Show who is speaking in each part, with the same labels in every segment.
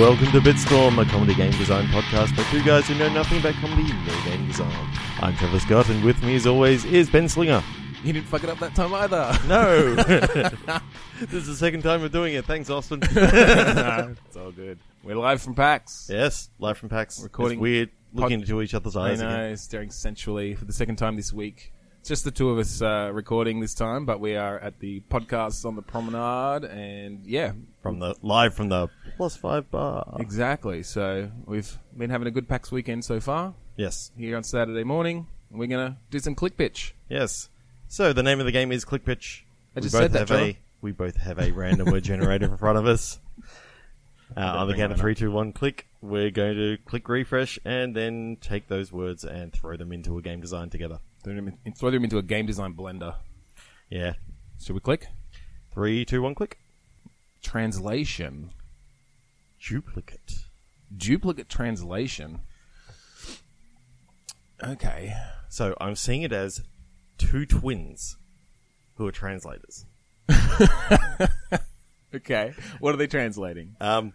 Speaker 1: Welcome to Bitstorm, a comedy game design podcast by two guys who know nothing about comedy, no game design. I'm Trevor Scott, and with me, as always, is Ben Slinger.
Speaker 2: He didn't fuck it up that time either.
Speaker 1: No! this is the second time we're doing it. Thanks, Austin.
Speaker 2: it's all good. We're live from PAX.
Speaker 1: yes, live from PAX.
Speaker 2: Recording
Speaker 1: It's weird
Speaker 2: pod-
Speaker 1: looking into each other's
Speaker 2: I
Speaker 1: eyes. again.
Speaker 2: know, staring sensually for the second time this week. It's just the two of us uh, recording this time, but we are at the podcast on the promenade, and yeah,
Speaker 1: From the live from the plus five bar.
Speaker 2: exactly. So we've been having a good PAX weekend so far
Speaker 1: Yes,
Speaker 2: here on Saturday morning. and We're gonna do some click bitch.
Speaker 1: yes. So the name of the game is Click Pitch.
Speaker 2: I
Speaker 1: We
Speaker 2: just
Speaker 1: both
Speaker 2: said that,
Speaker 1: have
Speaker 2: Trevor.
Speaker 1: a We both have a random word generator in front of us. Uh, on the
Speaker 2: bring
Speaker 1: count of
Speaker 2: mine up.
Speaker 1: three, two, one, click. We're going to click refresh and then take those words and throw them into a game design together.
Speaker 2: Throw them, in, throw them into a game design blender.
Speaker 1: Yeah.
Speaker 2: Should we click
Speaker 1: Three, two, one, click.
Speaker 2: translation?
Speaker 1: Duplicate.
Speaker 2: Duplicate translation. Okay.
Speaker 1: So I'm seeing it as two twins who are translators.
Speaker 2: Okay. What are they translating?
Speaker 1: Um,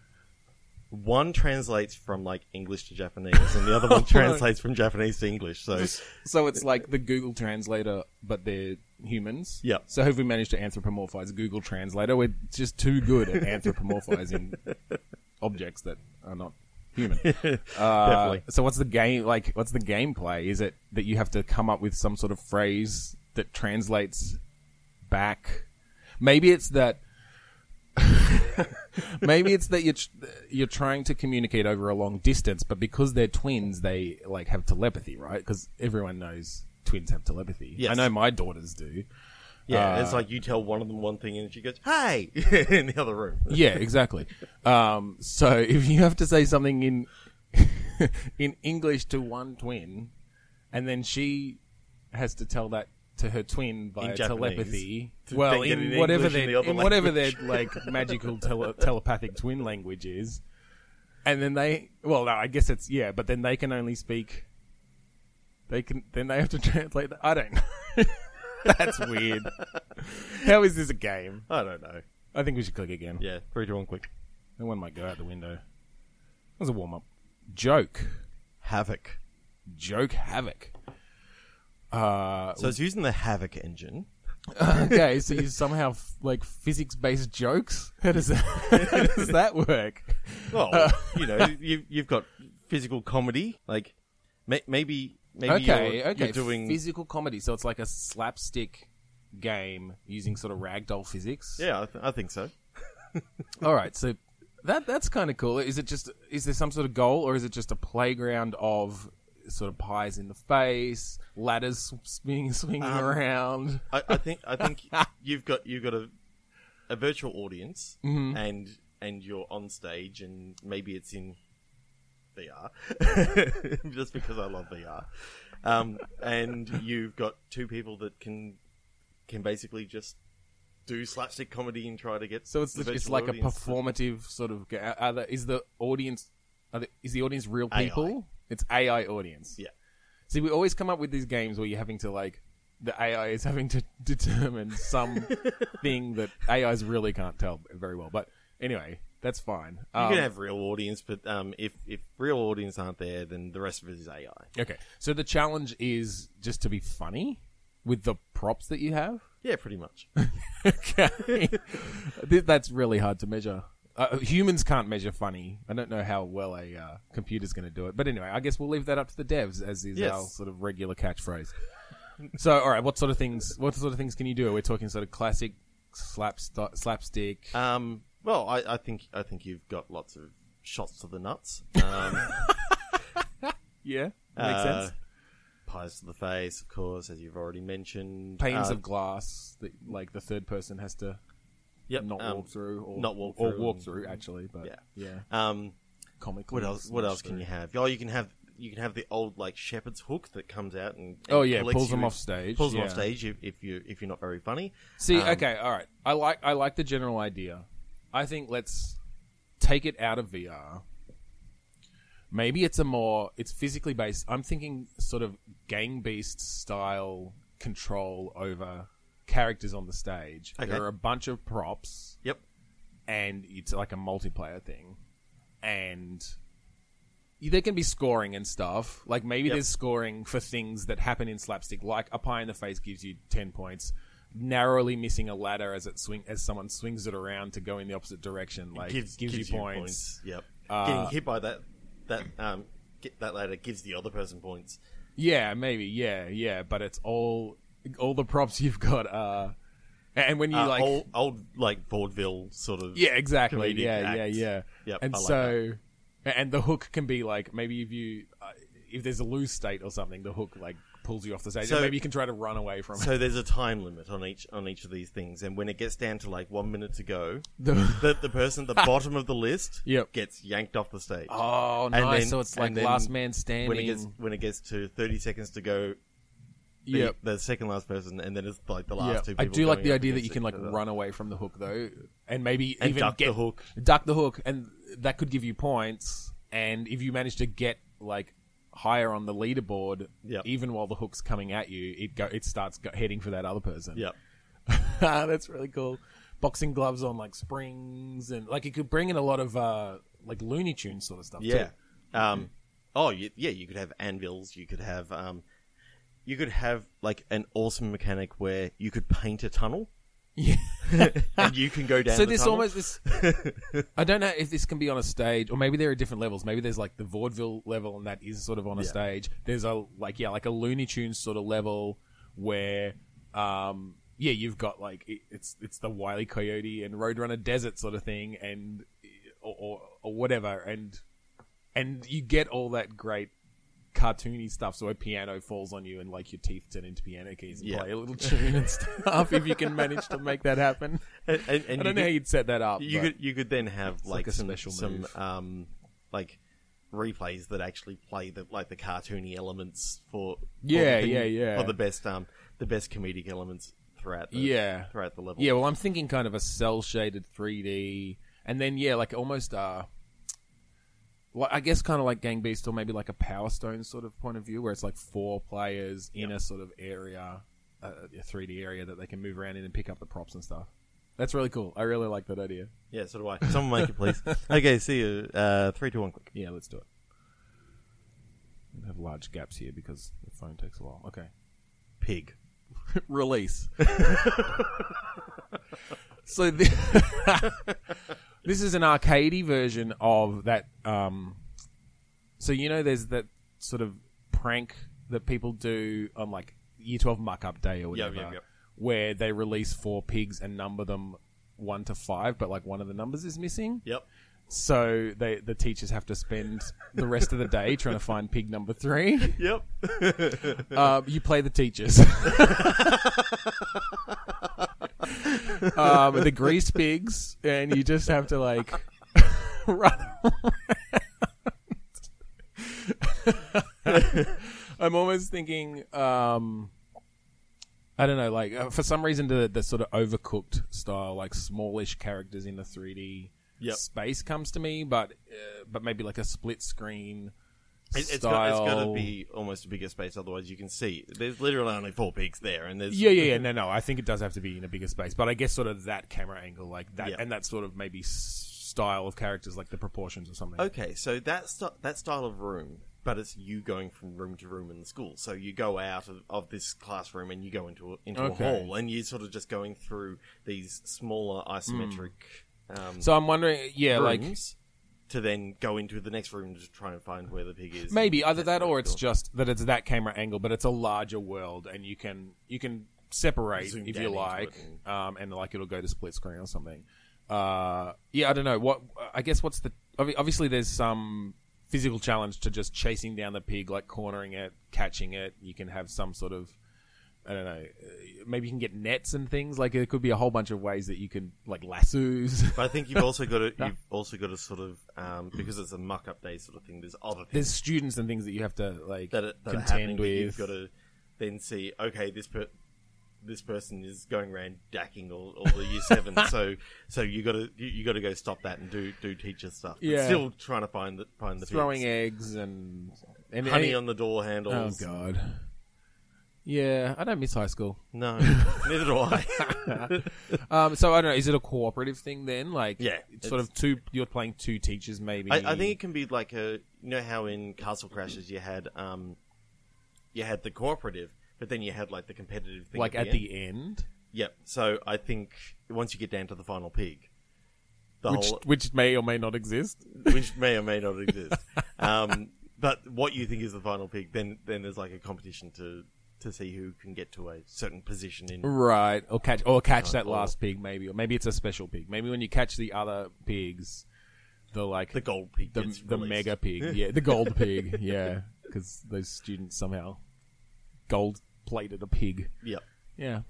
Speaker 1: one translates from like English to Japanese, and the other one translates from Japanese to English. So
Speaker 2: So it's like the Google Translator, but they're humans.
Speaker 1: Yep.
Speaker 2: So have we managed to anthropomorphize Google Translator? We're just too good at anthropomorphizing objects that are not human. uh,
Speaker 1: definitely.
Speaker 2: So what's the game like? What's the gameplay? Is it that you have to come up with some sort of phrase that translates back? Maybe it's that. Maybe it's that you're tr- you're trying to communicate over a long distance, but because they're twins, they like have telepathy, right? Because everyone knows twins have telepathy.
Speaker 1: Yes.
Speaker 2: I know my daughters do.
Speaker 1: Yeah, it's like you tell one of them one thing, and she goes, "Hey," in the other room.
Speaker 2: yeah, exactly. Um, so if you have to say something in in English to one twin, and then she has to tell that to her twin via
Speaker 1: Japanese.
Speaker 2: telepathy.
Speaker 1: To
Speaker 2: Well,
Speaker 1: then get
Speaker 2: in
Speaker 1: it in
Speaker 2: whatever
Speaker 1: English in
Speaker 2: their
Speaker 1: the other
Speaker 2: in whatever their
Speaker 1: language.
Speaker 2: like magical tele- telepathic twin language is, and then they well, no, I guess it's yeah, but then they can only speak. They can then they have to translate. That. I don't. know. That's weird. How is this a game?
Speaker 1: I don't know.
Speaker 2: I think we should click again.
Speaker 1: Yeah, three, two, one, quick.
Speaker 2: That one might go out the window. That was a warm up. Joke.
Speaker 1: Havoc.
Speaker 2: Joke havoc. Uh,
Speaker 1: So it's using the Havoc engine.
Speaker 2: okay, so you somehow f- like physics based jokes? How does that, how does that work?
Speaker 1: Well, you know, you, you've got physical comedy. Like may, maybe, maybe
Speaker 2: okay,
Speaker 1: you're,
Speaker 2: okay.
Speaker 1: you're doing.
Speaker 2: physical comedy, so it's like a slapstick game using sort of ragdoll physics.
Speaker 1: yeah, I, th- I think so.
Speaker 2: All right, so that that's kind of cool. Is it just is there some sort of goal, or is it just a playground of sort of pies in the face, ladders sw- being swinging
Speaker 1: Um,
Speaker 2: around?
Speaker 1: I, I think I think you've got you've got a a virtual audience,
Speaker 2: Mm-hmm.
Speaker 1: and and you're on stage, and maybe it's in VR, just because I love VR. Um, and you've got two people that can can basically just do slapstick comedy and try to get
Speaker 2: So it's
Speaker 1: the
Speaker 2: it's
Speaker 1: virtual
Speaker 2: like a
Speaker 1: audience to-
Speaker 2: performative sort of. ga- Are the, is the audience? Are the, is the audience real
Speaker 1: AI.
Speaker 2: people? It's AI audience.
Speaker 1: Yeah.
Speaker 2: See, we always come up with these games where you're having to like the AI is having to determine some thing that AIs really can't tell very well. But anyway, that's fine.
Speaker 1: You
Speaker 2: Um,
Speaker 1: can have real audience, but um, if if real audience aren't there, then the rest of it is AI.
Speaker 2: Okay. So the challenge is just to be funny with the props that you have.
Speaker 1: Yeah, pretty much.
Speaker 2: Okay. Th- That's really hard to measure. Uh, humans can't measure funny. I don't know how well a uh, computer's going to do it. But anyway, I guess we'll leave that up to the devs as is
Speaker 1: Yes.
Speaker 2: our sort of regular catchphrase. so, all right, what sort of things? What sort of things can you do? We're talking sort of classic slapstick, slapstick,
Speaker 1: Um, well, I, I think I think you've got lots of shots to the nuts. Um,
Speaker 2: yeah, makes
Speaker 1: uh,
Speaker 2: sense.
Speaker 1: Pies to the face, of course, as you've already mentioned.
Speaker 2: Panes
Speaker 1: Uh,
Speaker 2: of glass, that, like the third person has to
Speaker 1: yep,
Speaker 2: not
Speaker 1: um,
Speaker 2: walk through, or
Speaker 1: not walk
Speaker 2: or
Speaker 1: through
Speaker 2: walk
Speaker 1: and-
Speaker 2: through actually. But
Speaker 1: Yeah.
Speaker 2: yeah.
Speaker 1: Um,
Speaker 2: comic.
Speaker 1: what else? What else can you have? Oh, you can have you can have the old like shepherd's hook that comes out and, and
Speaker 2: Oh, yeah,
Speaker 1: collects
Speaker 2: pulls them
Speaker 1: you-
Speaker 2: off stage,
Speaker 1: Pulls them
Speaker 2: yeah.
Speaker 1: off stage if, if you if you're not very funny.
Speaker 2: See,
Speaker 1: Um,
Speaker 2: okay, all right. I like I like the general idea. I think let's take it out of VR. Maybe it's a more it's physically based. I'm thinking sort of gang beast style control over characters on the stage.
Speaker 1: Okay.
Speaker 2: There are a bunch of props,
Speaker 1: Yep.
Speaker 2: and it's like a multiplayer thing, and y- there can be scoring and stuff. Like maybe
Speaker 1: Yep.
Speaker 2: there's scoring for things that happen in slapstick, like a pie in the face gives you ten points. Narrowly missing a ladder as it swing as someone swings it around to go in the opposite direction, like gives, you, points.
Speaker 1: Yep.
Speaker 2: Uh,
Speaker 1: Getting hit by that that um get that ladder gives the other person points.
Speaker 2: Yeah, maybe. Yeah, yeah. But it's all all the props you've got are, and when you
Speaker 1: Uh,
Speaker 2: like,
Speaker 1: old, old like vaudeville sort of.
Speaker 2: yeah, exactly.
Speaker 1: comedic
Speaker 2: Yeah, yeah,
Speaker 1: acts.
Speaker 2: yeah.
Speaker 1: Yep,
Speaker 2: and
Speaker 1: I like
Speaker 2: so, and the hook can be like maybe if you uh, if there's a lose state or something, the hook like pulls you off the stage.
Speaker 1: So-
Speaker 2: and maybe you can try to run away from it.
Speaker 1: So there's a time limit on each on each of these things, and when it gets down to like one minute to go,
Speaker 2: The-
Speaker 1: the, the person at the bottom of the list
Speaker 2: Yep.
Speaker 1: gets yanked off the stage.
Speaker 2: Oh,
Speaker 1: And
Speaker 2: nice.
Speaker 1: then-
Speaker 2: so it's
Speaker 1: and
Speaker 2: like
Speaker 1: then
Speaker 2: last man standing.
Speaker 1: when it gets when it gets to 30 seconds to go, the,
Speaker 2: yep.
Speaker 1: the second last person, and then it's like the last
Speaker 2: Yeah,
Speaker 1: two. people
Speaker 2: I do like
Speaker 1: going
Speaker 2: the
Speaker 1: up
Speaker 2: idea that
Speaker 1: against
Speaker 2: you can like
Speaker 1: each other.
Speaker 2: run away from the hook though, and maybe
Speaker 1: And
Speaker 2: even
Speaker 1: duck the
Speaker 2: get
Speaker 1: hook.
Speaker 2: duck the hook, and that could give you points. And if you manage to get like higher on the leaderboard,
Speaker 1: Yep.
Speaker 2: even while the hook's coming at you, it go it starts go- heading for that other person.
Speaker 1: Yep.
Speaker 2: Ah, that's really cool. Boxing gloves on like springs, and like it could bring in a lot of uh like Looney Tunes sort of stuff.
Speaker 1: Yeah.
Speaker 2: too.
Speaker 1: Um, oh, you, yeah. You could have anvils. You could have. Um, you could have like an awesome mechanic where you could paint a tunnel.
Speaker 2: Yeah.
Speaker 1: and you can go down.
Speaker 2: so
Speaker 1: the
Speaker 2: this
Speaker 1: tunnel.
Speaker 2: almost this i don't know if this can be on a stage or maybe there are different levels maybe there's like the vaudeville level and that is sort of on a
Speaker 1: Yeah.
Speaker 2: stage there's a like yeah like a looney tunes sort of level where um yeah you've got like it, it's it's the wily coyote and roadrunner desert sort of thing and or, or, or whatever and and you get all that great cartoony stuff so a piano falls on you and like your teeth turn into piano keys and
Speaker 1: Yeah.
Speaker 2: play a little tune and stuff if you can manage to make that happen
Speaker 1: And, and, and
Speaker 2: I don't
Speaker 1: you
Speaker 2: know how
Speaker 1: could,
Speaker 2: you'd set that up.
Speaker 1: you
Speaker 2: but-
Speaker 1: could you could then have like,
Speaker 2: like a
Speaker 1: some
Speaker 2: special
Speaker 1: some
Speaker 2: move.
Speaker 1: um like replays that actually play the like the cartoony elements for for
Speaker 2: Yeah,
Speaker 1: the
Speaker 2: yeah, yeah.
Speaker 1: for the best um the best comedic elements throughout the,
Speaker 2: yeah,
Speaker 1: throughout the level
Speaker 2: yeah. Well, I'm thinking kind of a cell shaded 3D, and then yeah, like almost uh, well, I guess kind of like Gang Beast or maybe like a Power Stone sort of point of view, where it's like four players in a sort of area, a, a 3D area that they can move around in and pick up the props and stuff. That's really cool. I really like that idea.
Speaker 1: yeah so do I someone make it please okay see you uh three two one click
Speaker 2: Yeah, let's do it. I have large gaps here because the phone takes a while. Okay.
Speaker 1: pig
Speaker 2: release. so thi- this is an arcadey version of that. Um, so you know, there's that sort of prank that people do on like Year Twelve Muck Up Day or
Speaker 1: Yep,
Speaker 2: whatever,
Speaker 1: yep, yep.
Speaker 2: where they release four pigs and number them one to five, but like one of the numbers is missing.
Speaker 1: yep
Speaker 2: So they the teachers have to spend the rest of the day trying to find pig number three.
Speaker 1: yep
Speaker 2: Uh, you play the teachers. um, the grease pigs, and you just have to like run. around. I'm almost thinking. Um, I don't know, like uh, for some reason, the, the sort of overcooked style, like smallish characters in the 3D
Speaker 1: Yep.
Speaker 2: space, comes to me, but uh, but maybe like a split screen.
Speaker 1: It, it's got, it's got to
Speaker 2: style.
Speaker 1: be almost a bigger space, otherwise you can see. There's literally only four pigs there, and there's
Speaker 2: Yeah, yeah, yeah. No, no. I think it does have to be in a bigger space, but I guess sort of that camera angle, like that,
Speaker 1: Yeah.
Speaker 2: and that sort of maybe s- style of characters, like the proportions or something.
Speaker 1: Okay, so that st- that style of room, but it's you going from room to room in the school. So you go out of, of this classroom and you go into a, into
Speaker 2: Okay.
Speaker 1: a hall, and you're sort of just going through these smaller isometric um,
Speaker 2: So I'm wondering, Hmm. yeah, like
Speaker 1: rooms to then go into the next room to try and find where the pig is.
Speaker 2: maybe
Speaker 1: And
Speaker 2: either that
Speaker 1: that's
Speaker 2: or
Speaker 1: where
Speaker 2: it's
Speaker 1: the-
Speaker 2: just that it's that camera angle, but it's a larger world, and you can you can separate
Speaker 1: Zoom
Speaker 2: if
Speaker 1: down
Speaker 2: you
Speaker 1: into
Speaker 2: like,
Speaker 1: it and-
Speaker 2: um, and like it'll go to split screen or something. Uh, yeah, I don't know what. I guess what's the obvi- obviously there's some physical challenge to just chasing down the pig, like cornering it, catching it. You can have some sort of I don't know. uh, Maybe you can get nets and things. Like there could be a whole bunch of ways that you can like lassos.
Speaker 1: But I think you've also got to you've also got to sort of um, because it's a muck up day sort of thing. There's other things.
Speaker 2: There's students and things that you have to like
Speaker 1: that, are- that are happening.
Speaker 2: contend
Speaker 1: With.
Speaker 2: with.
Speaker 1: You've got to then see, okay, this per- this person is going around dacking all, all the year seven, so so you got to you, you got to go stop that and do do teacher stuff. But
Speaker 2: Yeah.
Speaker 1: still trying to find the find the
Speaker 2: throwing
Speaker 1: pigs.
Speaker 2: eggs and and
Speaker 1: honey
Speaker 2: any-
Speaker 1: on the door handles.
Speaker 2: Oh god. Yeah, I don't miss high school.
Speaker 1: No, neither do I.
Speaker 2: Um, so I don't know. Is it a cooperative thing then? Like,
Speaker 1: Yeah,
Speaker 2: it's sort of two. You're playing two teachers, maybe.
Speaker 1: I, I think it can be like a you know how in Castle Crashes you had um you had the cooperative, but then you had like the competitive thing.
Speaker 2: like at
Speaker 1: end.
Speaker 2: the end,
Speaker 1: Yep. So I think once you get down to the final pig, the
Speaker 2: which
Speaker 1: whole
Speaker 2: which may or may not exist.
Speaker 1: which may or may not exist. um, but what you think is the final pig, then then there's like a competition to to see who can get to a certain position in.
Speaker 2: Right, or catch or catch that
Speaker 1: or-
Speaker 2: last pig, maybe, or maybe it's a special pig. Maybe when you catch the other pigs, the like
Speaker 1: The gold pig.
Speaker 2: the,
Speaker 1: gets
Speaker 2: the
Speaker 1: released.
Speaker 2: mega pig, yeah, the gold pig, yeah, because those students somehow gold plated a pig,
Speaker 1: Yep.
Speaker 2: yeah.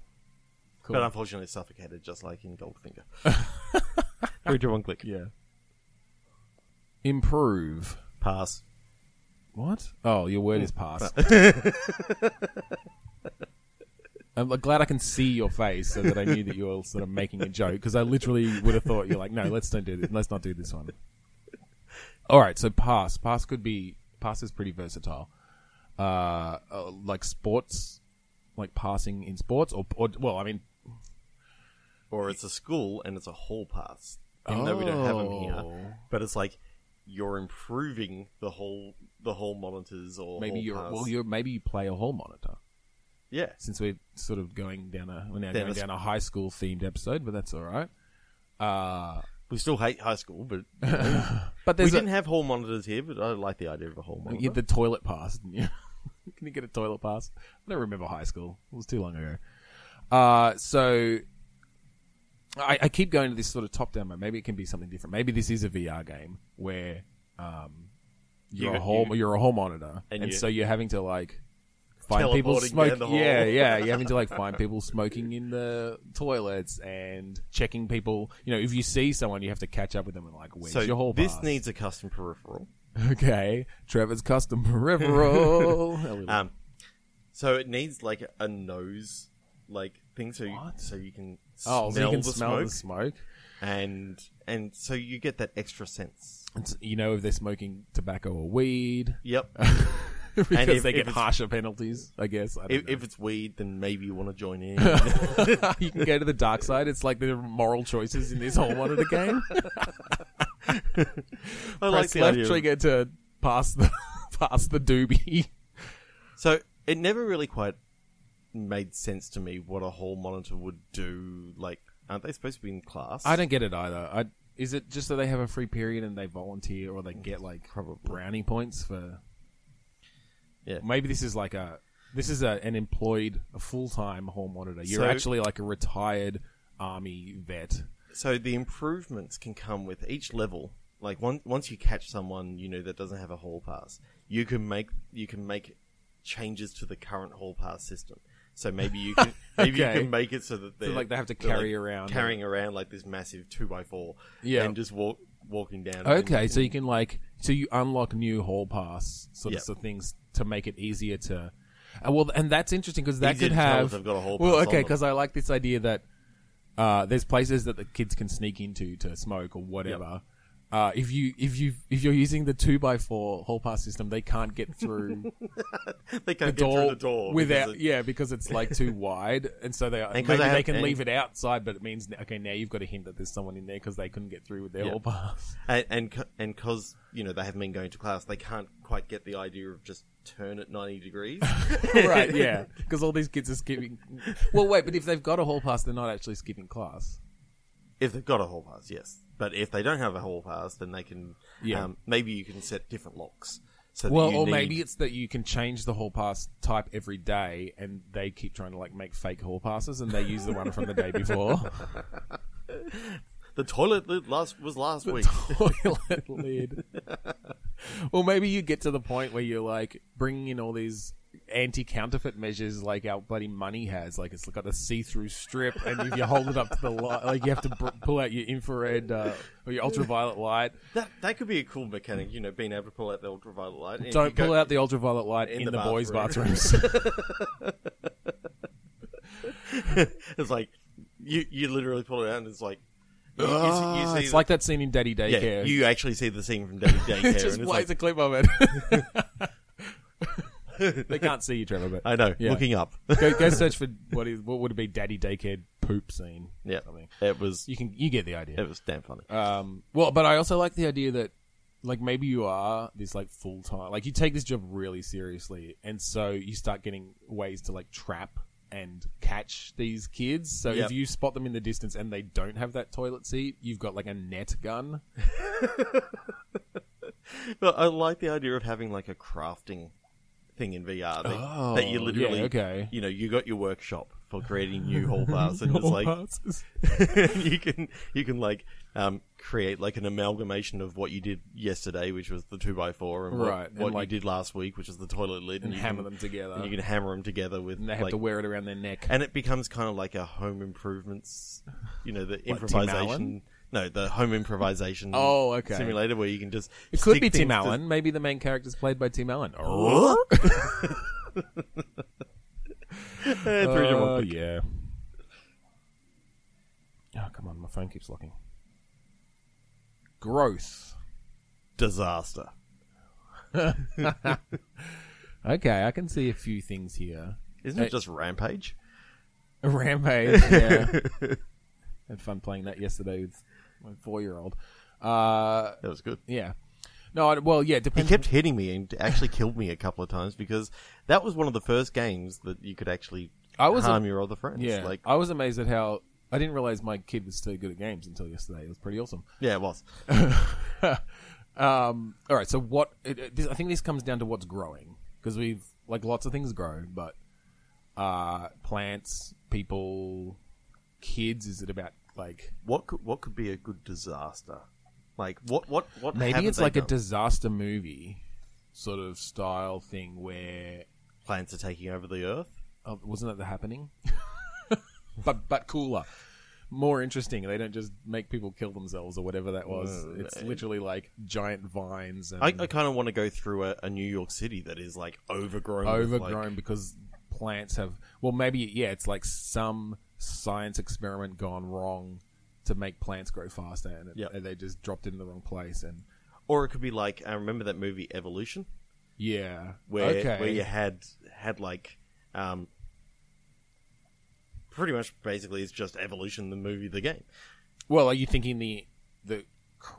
Speaker 2: Cool.
Speaker 1: But unfortunately, it's suffocated just like in Goldfinger. Three to one click.
Speaker 2: yeah. Improve.
Speaker 1: Pass.
Speaker 2: What? Oh, your word is pass. I'm glad I can see your face so that I knew that you were sort of making a joke because I literally would have thought you're like, no, let's don't do this. Let's not do this one. All right, so pass. Pass could be pass is pretty versatile. Uh, uh like sports, like passing in sports, or, or well, I mean,
Speaker 1: Or it's a school and it's a hall pass. Even though we don't have them here,
Speaker 2: Oh.
Speaker 1: but it's like you're improving the whole the whole monitors or
Speaker 2: maybe
Speaker 1: hall
Speaker 2: you're
Speaker 1: pass.
Speaker 2: well, you're maybe you play a whole monitor.
Speaker 1: yeah.
Speaker 2: since we're sort of going down a we're now
Speaker 1: Down
Speaker 2: going
Speaker 1: a
Speaker 2: down a high school themed episode, but that's all right. Uh,
Speaker 1: We still hate high school, but
Speaker 2: but
Speaker 1: we
Speaker 2: there's
Speaker 1: didn't have hall monitors here. But I like the idea of a hall
Speaker 2: a,
Speaker 1: monitor.
Speaker 2: you had the toilet pass, didn't you? Can you get a toilet pass? I don't remember high school; it was too long ago. Uh, so I, I keep going to this sort of top down, but maybe it can be something different. Maybe this is a VR game where um, you're
Speaker 1: You-
Speaker 2: a whole
Speaker 1: you-
Speaker 2: you, are a whole monitor,
Speaker 1: And
Speaker 2: and,
Speaker 1: you-
Speaker 2: so you're having to like. Find people
Speaker 1: Teleporting down the
Speaker 2: smoking.
Speaker 1: hall.
Speaker 2: Yeah, yeah. You're having to like find people smoking in the toilets and checking people. You know, if you see someone, you have to catch up with them and like, where's
Speaker 1: so
Speaker 2: your hall
Speaker 1: this
Speaker 2: pass?
Speaker 1: needs a custom peripheral.
Speaker 2: Okay, Trevor's custom peripheral. A little-
Speaker 1: Um, so it needs like a nose, like thing, so you,
Speaker 2: What?
Speaker 1: so you can smell,
Speaker 2: oh, so you can
Speaker 1: the,
Speaker 2: smell
Speaker 1: smoke
Speaker 2: the smoke.
Speaker 1: and and so you get that extra sense.
Speaker 2: It's- you know if they're smoking tobacco or weed,
Speaker 1: Yep. if-
Speaker 2: because they
Speaker 1: if
Speaker 2: get
Speaker 1: it's-
Speaker 2: harsher penalties. I guess. I don't
Speaker 1: if,
Speaker 2: know.
Speaker 1: if it's weed, then maybe you want to join in.
Speaker 2: you can go to the dark side. It's like the moral choices in this whole monitor game.
Speaker 1: I
Speaker 2: Press
Speaker 1: the
Speaker 2: left
Speaker 1: idea of-
Speaker 2: trigger to pass the pass the doobie.
Speaker 1: So it never really quite made sense to me what a hall monitor would do. Like, aren't they supposed to be in class?
Speaker 2: I don't get it either. I, is it just that they have a free period and they volunteer, or they get like brownie points for?
Speaker 1: Yeah.
Speaker 2: Maybe this is like a this is a, an employed, a full time hall monitor. You're
Speaker 1: So-
Speaker 2: actually like a retired army vet.
Speaker 1: So the improvements can come with each level. Like once once you catch someone, you know that doesn't have a hall pass. You can make you can make changes to the current hall pass system. So maybe you can maybe
Speaker 2: Okay.
Speaker 1: you can make it so that they
Speaker 2: like they have to carry around-
Speaker 1: carrying around like this massive two by four.
Speaker 2: Yeah.
Speaker 1: and just walk walking down. and
Speaker 2: Okay, so you can like so you unlock new hall pass sort
Speaker 1: Yeah.
Speaker 2: of, sort of things to make it easier to. Uh, well, and that's interesting because that
Speaker 1: Easier
Speaker 2: could
Speaker 1: to tell
Speaker 2: have.
Speaker 1: if they've got a hall
Speaker 2: well,
Speaker 1: pass on
Speaker 2: okay,
Speaker 1: them.
Speaker 2: because I like this idea that uh, there's places that the kids can sneak into to smoke or whatever. Uh, if you if you if you're using the two by four hall pass system, they can't get through
Speaker 1: they
Speaker 2: the
Speaker 1: can't get
Speaker 2: door,
Speaker 1: through the door
Speaker 2: without
Speaker 1: because it-
Speaker 2: yeah because it's like too wide, and so they
Speaker 1: 'cause
Speaker 2: maybe
Speaker 1: they
Speaker 2: they,
Speaker 1: have-
Speaker 2: can
Speaker 1: and-
Speaker 2: leave it outside, but it means okay now you've got a hint that there's someone in there because they couldn't get through with their
Speaker 1: Yeah.
Speaker 2: hall pass.
Speaker 1: and and c- and because you know they haven't been going to class, they can't quite get the idea of just turn at ninety degrees.
Speaker 2: right, yeah. Because all these kids are skipping. Well, wait, but if they've got a hall pass, they're not actually skipping class.
Speaker 1: If they've got a hall pass, yes. But if they don't have a hall pass, then they can.
Speaker 2: Yeah.
Speaker 1: Um, maybe you can set different locks. So that
Speaker 2: Well,
Speaker 1: you
Speaker 2: or
Speaker 1: need-
Speaker 2: maybe it's that you can change the hall pass type every day, and they keep trying to like make fake hall passes, and they use the one from the day before.
Speaker 1: the toilet lid last was last week.
Speaker 2: Toilet lid. well, maybe you get to the point where you're like bringing in all these anti-counterfeit measures, like our bloody money has. Like it's got a see-through strip, and if you hold it up to the light, like you have to br- pull out your infrared uh, or your ultraviolet light.
Speaker 1: that that could be a cool mechanic. You know, being able to pull out the ultraviolet light. and if you
Speaker 2: Don't
Speaker 1: go-
Speaker 2: pull out the ultraviolet light in,
Speaker 1: the
Speaker 2: the, boys'
Speaker 1: bathroom.
Speaker 2: bathrooms.
Speaker 1: It's like you you literally pull it out, and it's like you, you see- you see
Speaker 2: Ah, it's
Speaker 1: the-
Speaker 2: like that scene in Daddy
Speaker 1: yeah,
Speaker 2: Daycare.
Speaker 1: you actually see the scene from Daddy Daycare,
Speaker 2: just
Speaker 1: and it's
Speaker 2: plays
Speaker 1: like
Speaker 2: a clip of it. They can't see you, Trevor, but
Speaker 1: I know.
Speaker 2: Yeah.
Speaker 1: Looking up.
Speaker 2: go, go search for what is what would it be daddy daycare poop scene.
Speaker 1: yeah.
Speaker 2: Something.
Speaker 1: It was
Speaker 2: You can you get the idea.
Speaker 1: it was damn funny.
Speaker 2: Um, well, but I also like the idea that, like, maybe you are this like full time, like you take this job really seriously, and so you start getting ways to like trap and catch these kids. So
Speaker 1: Yep.
Speaker 2: if you spot them in the distance and they don't have that toilet seat, you've got like a net gun.
Speaker 1: But I like the idea of having like a crafting thing in VR that,
Speaker 2: Oh,
Speaker 1: that you
Speaker 2: yeah,
Speaker 1: literally,
Speaker 2: okay.
Speaker 1: you know, you got your workshop for creating new whole bars, and it's
Speaker 2: All
Speaker 1: like
Speaker 2: passes.
Speaker 1: you can you can like um, create like an amalgamation of what you did yesterday, which was the two by four, and what,
Speaker 2: Right, and
Speaker 1: what
Speaker 2: like-
Speaker 1: you did last week, which was the toilet lid,
Speaker 2: and
Speaker 1: you
Speaker 2: hammer
Speaker 1: can-
Speaker 2: them together,
Speaker 1: and
Speaker 2: and,
Speaker 1: you can hammer them together with
Speaker 2: they have
Speaker 1: like,
Speaker 2: to wear it around their neck.
Speaker 1: and it becomes kind of like a home improvements, you know, the
Speaker 2: Allen?
Speaker 1: improvisation. No, the home improvisation.
Speaker 2: Oh, okay.
Speaker 1: Simulator where you can just
Speaker 2: It could
Speaker 1: stick
Speaker 2: be Tim
Speaker 1: things to-
Speaker 2: Allen. Maybe the main character's played by Tim Allen.
Speaker 1: What? Eh, three to
Speaker 2: Uh,
Speaker 1: one.
Speaker 2: yeah. Oh, come on. My phone keeps locking. Growth.
Speaker 1: Disaster.
Speaker 2: Okay, I can see a few things here.
Speaker 1: Isn't it
Speaker 2: Hey.
Speaker 1: just rampage?
Speaker 2: A rampage. Yeah. Had fun playing that yesterday with my four year old. Uh,
Speaker 1: That was good.
Speaker 2: yeah. No, I, well, yeah, it
Speaker 1: He
Speaker 2: depends.
Speaker 1: kept hitting me and actually killed me a couple of times because that was one of the first games that you could actually
Speaker 2: I was a-
Speaker 1: harm your other friends.
Speaker 2: yeah,
Speaker 1: Like,
Speaker 2: I was amazed at how I didn't realize my kid was so good at games until yesterday. It was pretty awesome.
Speaker 1: yeah, it was.
Speaker 2: um, all right. So what? It, it- this, I think this comes down to what's growing because we've like lots of things grow, but uh, plants, people, kids. Is it about like
Speaker 1: What could, what could be a good disaster? Like, what, what, what,
Speaker 2: maybe
Speaker 1: haven't
Speaker 2: it's
Speaker 1: they
Speaker 2: like a
Speaker 1: done?
Speaker 2: disaster movie sort of style thing where
Speaker 1: plants are taking over the earth?
Speaker 2: oh, wasn't it the happening? but but cooler, more interesting. They don't just make people kill themselves or whatever that was.
Speaker 1: Mm,
Speaker 2: it's literally like giant vines and
Speaker 1: I, I kind of want to go through a, a New York City that is like overgrown. with, like-
Speaker 2: overgrown because plants have well maybe yeah it's like some science experiment gone wrong to make plants grow faster and, it,
Speaker 1: Yep.
Speaker 2: and they just dropped it in the wrong place and
Speaker 1: or it could be like, I remember that movie Evolution?
Speaker 2: yeah
Speaker 1: where
Speaker 2: okay
Speaker 1: where you had had like um pretty much basically it's just evolution the movie the game
Speaker 2: well are you thinking the the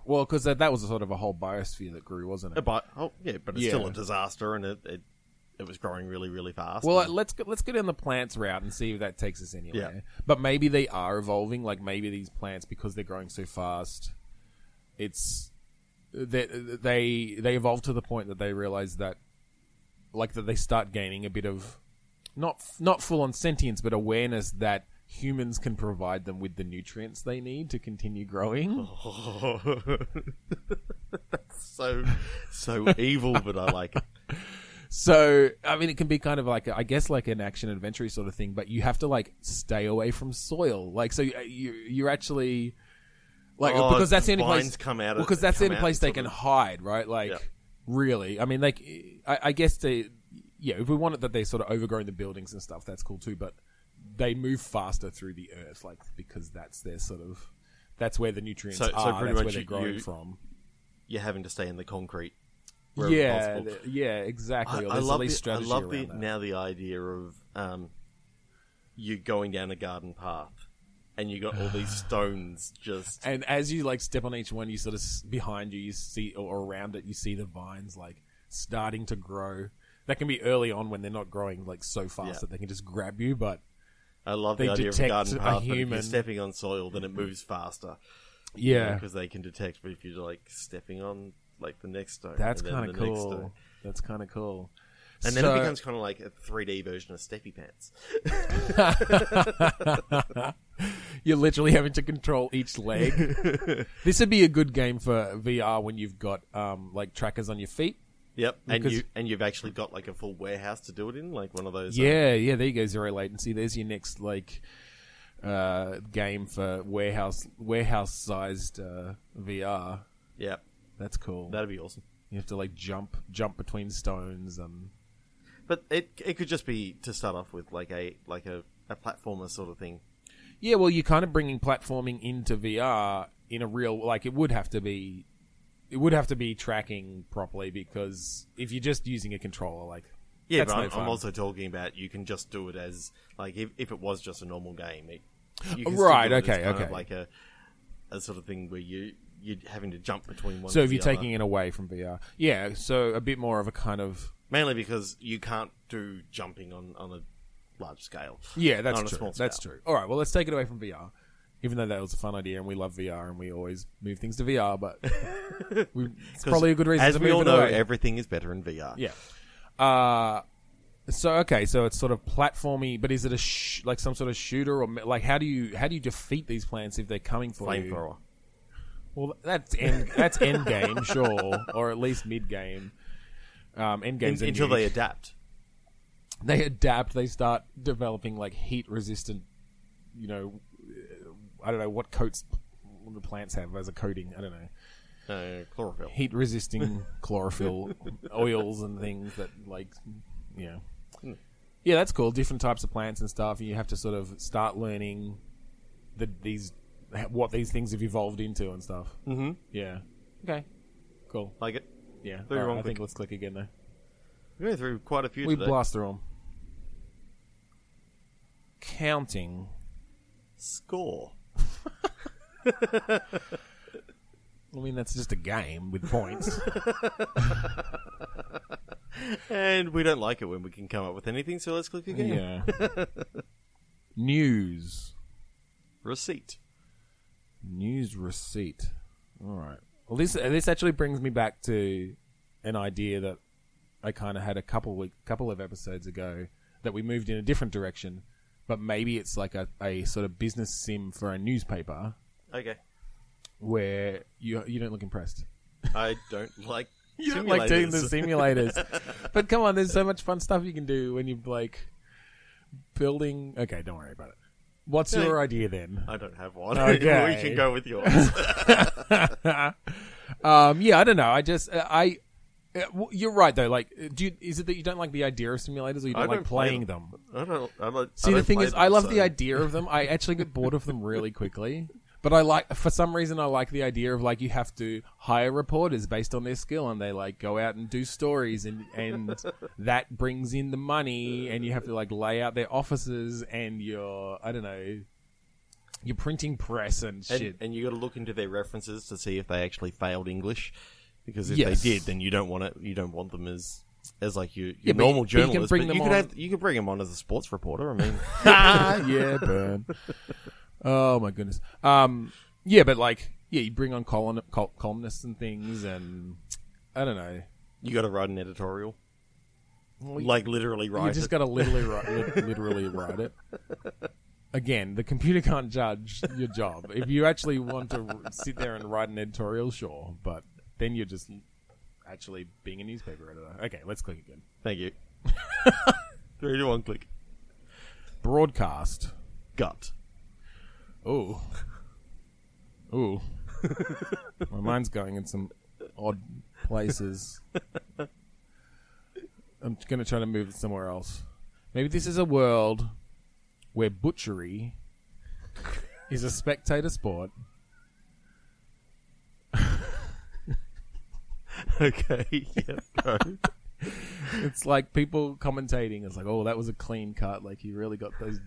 Speaker 2: well because that, that was a sort of a whole biosphere that grew wasn't it
Speaker 1: but oh yeah but it's
Speaker 2: Yeah.
Speaker 1: still a disaster and it, it it was growing really really fast
Speaker 2: well
Speaker 1: And-
Speaker 2: let's go, let's go down the plants route and see if that takes us anywhere
Speaker 1: Yeah.
Speaker 2: but maybe they are evolving like maybe these plants because they're growing so fast it's they they they evolve to the point that they realize that like that they start gaining a bit of not not full on sentience but awareness that humans can provide them with the nutrients they need to continue growing
Speaker 1: that's so so evil but i like it
Speaker 2: so i mean it can be kind of like i guess like an action adventure sort of thing but you have to like stay away from soil like so you, you you're actually like
Speaker 1: Oh,
Speaker 2: because that's the only
Speaker 1: vines
Speaker 2: place
Speaker 1: come out of-
Speaker 2: because that's the
Speaker 1: come
Speaker 2: only
Speaker 1: out
Speaker 2: place they
Speaker 1: sort
Speaker 2: can
Speaker 1: of-
Speaker 2: hide right like
Speaker 1: Yeah.
Speaker 2: really i mean like i, I guess they yeah if we want it that they sort of overgrown the buildings and stuff that's cool too but they move faster through the earth like because that's their sort of that's where the nutrients
Speaker 1: So- so
Speaker 2: are
Speaker 1: pretty
Speaker 2: that's where
Speaker 1: much
Speaker 2: they're
Speaker 1: you-
Speaker 2: growing
Speaker 1: you-
Speaker 2: from
Speaker 1: you're having to stay in the concrete wherever
Speaker 2: yeah
Speaker 1: possible.
Speaker 2: th- yeah
Speaker 1: I,
Speaker 2: exactly or
Speaker 1: I
Speaker 2: there's
Speaker 1: love
Speaker 2: at least
Speaker 1: the, I
Speaker 2: strategy
Speaker 1: love the
Speaker 2: around that.
Speaker 1: now the idea of um, you going down a garden path and you got all these stones just
Speaker 2: and as you like step on each one, you sort of s- behind you, you see or around it, you see the vines like starting to grow. That can be early on when they're not growing like so fast
Speaker 1: Yeah.
Speaker 2: that they can just grab you. But
Speaker 1: I love
Speaker 2: They
Speaker 1: the idea of a
Speaker 2: detect
Speaker 1: garden
Speaker 2: a
Speaker 1: path, but if
Speaker 2: human.
Speaker 1: you're stepping on soil, then it moves faster.
Speaker 2: yeah,
Speaker 1: because they can detect. But if you're like stepping on like the next stone,
Speaker 2: that's
Speaker 1: and then
Speaker 2: kind of
Speaker 1: the next stone.
Speaker 2: cool. That's kind of cool.
Speaker 1: and then
Speaker 2: So-
Speaker 1: it becomes kind of like a 3D version of Steppy Pants.
Speaker 2: You're literally having to control each leg. this would be a good game for VR when you've got um, like trackers on your feet.
Speaker 1: Yep, and
Speaker 2: Because-
Speaker 1: you and you've actually got like a full warehouse to do it in, like one of those. um,
Speaker 2: Yeah, yeah. There you go. Zero latency. There's your next like uh, game for warehouse warehouse sized uh, VR.
Speaker 1: yep,
Speaker 2: That's cool.
Speaker 1: that'd be awesome.
Speaker 2: you have to like jump jump between stones and
Speaker 1: But it it could just be to start off with like a like a, a platformer sort of thing.
Speaker 2: yeah. Well, you're kind of bringing platforming into VR in a real like it would have to be it would have to be tracking properly because if you're just using a controller like
Speaker 1: Yeah,
Speaker 2: That's
Speaker 1: but
Speaker 2: no
Speaker 1: I'm, I'm
Speaker 2: fun.
Speaker 1: also talking about you can just do it as like if, if it was just a normal game, it, you can
Speaker 2: Right,
Speaker 1: still do it as
Speaker 2: okay,
Speaker 1: kind of
Speaker 2: okay.
Speaker 1: like a a sort of thing where you you're having to jump between one.
Speaker 2: So
Speaker 1: and
Speaker 2: if
Speaker 1: the
Speaker 2: you're
Speaker 1: other.
Speaker 2: taking it away from VR, yeah, so a bit more of a kind of
Speaker 1: mainly because you can't do jumping on on a large scale.
Speaker 2: yeah, that's
Speaker 1: Not on a
Speaker 2: true.
Speaker 1: small
Speaker 2: That's
Speaker 1: scale.
Speaker 2: true. All right, well, let's take it away from VR. Even though that was a fun idea, and we love VR, and we always move things to VR, but we, it's
Speaker 1: 'Cause
Speaker 2: probably a good reason.
Speaker 1: As
Speaker 2: to
Speaker 1: we
Speaker 2: move
Speaker 1: all
Speaker 2: it
Speaker 1: know,
Speaker 2: away.
Speaker 1: everything is better in VR.
Speaker 2: Yeah. Uh, so okay, so it's sort of platformy, but is it a sh- like some sort of shooter or me- like how do you how do you defeat these plants if they're coming for you?
Speaker 1: flamethrower.
Speaker 2: Well, that's end that's end game, sure, or at least mid game. Um, end games
Speaker 1: In, until they adapt.
Speaker 2: they adapt, they start developing like heat resistant. You know, I don't know what coats the plants have as a coating. I don't know
Speaker 1: Uh, chlorophyll.
Speaker 2: heat resisting chlorophyll oils and things that like yeah
Speaker 1: Hmm.
Speaker 2: yeah that's cool different types of plants and stuff and you have to sort of start learning the, these what these things have evolved into and stuff
Speaker 1: Mm-hmm.
Speaker 2: yeah okay cool
Speaker 1: Like it.
Speaker 2: yeah
Speaker 1: Very
Speaker 2: All
Speaker 1: wrong
Speaker 2: i think
Speaker 1: click.
Speaker 2: let's click again though
Speaker 1: We went through quite a few
Speaker 2: we
Speaker 1: today.
Speaker 2: blast through them counting
Speaker 1: Score.
Speaker 2: i mean that's just a game with points
Speaker 1: And we don't like it when we can come up with anything, so let's click again.
Speaker 2: yeah news
Speaker 1: Receipt.
Speaker 2: News receipt. All right. Well, this this actually brings me back to an idea that I kind of had a couple week, couple of episodes ago that we moved in a different direction, but maybe it's like a, a sort of business sim for a newspaper
Speaker 1: Okay.
Speaker 2: where you you don't look impressed.
Speaker 1: I don't like
Speaker 2: You don't like doing the simulators, but come on, there's so much fun stuff you can do when you like building. Okay, don't worry about it. What's
Speaker 1: Really?
Speaker 2: your idea then?
Speaker 1: I don't have one.
Speaker 2: Okay.
Speaker 1: we can go with yours.
Speaker 2: Um, yeah, I don't know. I just uh, I. uh, w- You're right though. Like, uh, do you, is it that you don't like the idea of simulators, or you don't,
Speaker 1: I
Speaker 2: like
Speaker 1: don't play
Speaker 2: playing them?
Speaker 1: them. I don't. I don't
Speaker 2: See,
Speaker 1: I
Speaker 2: the
Speaker 1: don't
Speaker 2: thing
Speaker 1: play
Speaker 2: is,
Speaker 1: them,
Speaker 2: I love
Speaker 1: so-
Speaker 2: the idea of them. I actually get bored of them really quickly. But I like, for some reason, I like the idea of like you have to hire reporters based on their skill, and they like go out and do stories, and and that brings in the money, and you have to like lay out their offices and your I don't know, your printing press and shit.
Speaker 1: And, and you got to look into their references to see if they actually failed English, because if
Speaker 2: Yes.
Speaker 1: they did, then you don't want it. You don't want them as as like your, your
Speaker 2: Yeah, but you-
Speaker 1: normal
Speaker 2: but you can
Speaker 1: journalist. but
Speaker 2: bring them
Speaker 1: you
Speaker 2: on-
Speaker 1: have you can bring them on as a sports reporter. I mean,
Speaker 2: ah, yeah, burn. Oh my goodness. Um, yeah, but like, yeah, you bring on column, col- columnists and things, and I don't know.
Speaker 1: you got to write an editorial,
Speaker 2: Well,
Speaker 1: like literally write.
Speaker 2: you just
Speaker 1: it.
Speaker 2: got to literally write, lit- literally write it. Again, the computer can't judge your job. If you actually want to r- sit there and write an editorial, sure, but then you're just actually being a newspaper editor. Okay, let's click again.
Speaker 1: Thank you. Three to one click.
Speaker 2: Broadcast.
Speaker 1: Gut.
Speaker 2: Ooh. Ooh. My mind's going in some odd places. I'm going to try to move it somewhere else. Maybe this is a world where butchery is a spectator sport.
Speaker 1: Okay. Yeah. Go.
Speaker 2: It's like people commentating. It's like, oh, that was a clean cut. Like he really got those,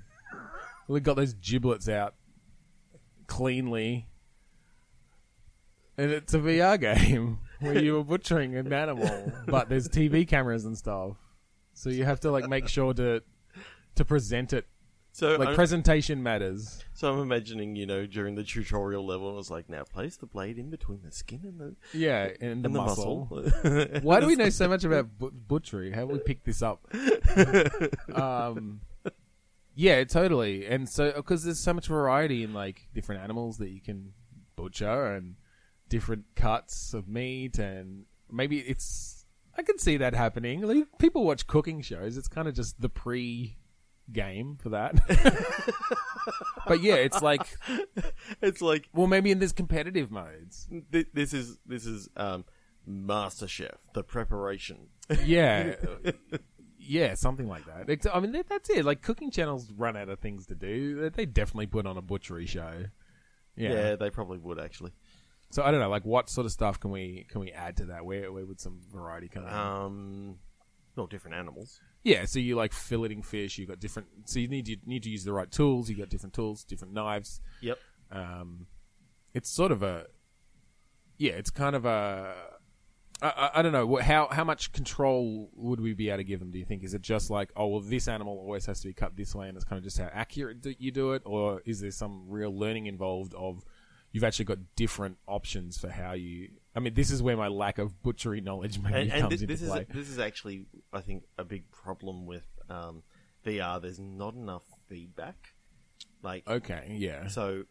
Speaker 2: really got those giblets out cleanly. And it's a VR game where you were butchering an animal, but there's TV cameras and stuff, so you have to like make sure to to present it.
Speaker 1: So
Speaker 2: Like
Speaker 1: I'm,
Speaker 2: presentation matters.
Speaker 1: so I'm imagining, you know, during the tutorial level, it was like, now place the blade in between the skin and the
Speaker 2: Yeah, and the,
Speaker 1: and
Speaker 2: muscle.
Speaker 1: muscle.
Speaker 2: Why do we know so much about but- butchery? How have we picked this up? um, yeah, totally. And so, because there's so much variety in like different animals that you can butcher and different cuts of meat, and maybe it's. I can see that happening. Like, people watch cooking shows. It's kind of just the pre game for that. but yeah, it's like,
Speaker 1: it's like
Speaker 2: well, maybe in this competitive modes.
Speaker 1: th- this is this is um, Master Chef, the preparation.
Speaker 2: yeah yeah something like that Ex- i mean that, that's it like cooking channels run out of things to do They- they definitely put on a butchery show yeah.
Speaker 1: Yeah, they probably would actually.
Speaker 2: so i don't know like what sort of stuff
Speaker 1: Uh-huh.
Speaker 2: can we can we add to that where where would some variety come in
Speaker 1: Um, well, different animals.
Speaker 2: Yeah, so you like filleting fish. You got different. So you need you need to use the right tools. You got different tools, different knives.
Speaker 1: Yep.
Speaker 2: Um, it's sort of a, yeah, it's kind of a. I, I, I don't know what, how how much control would we be able to give them? Do you think is it just like oh well this animal always has to be cut this way and it's kind of just how accurate that you do it, or is there some real learning involved of you've actually got different options for how you? I mean, this is where my lack of butchery knowledge maybe
Speaker 1: And, and
Speaker 2: comes
Speaker 1: this,
Speaker 2: into
Speaker 1: this is
Speaker 2: play.
Speaker 1: this is actually, I think, a big problem with um, VR. There's not enough feedback. Like
Speaker 2: okay, yeah.
Speaker 1: so,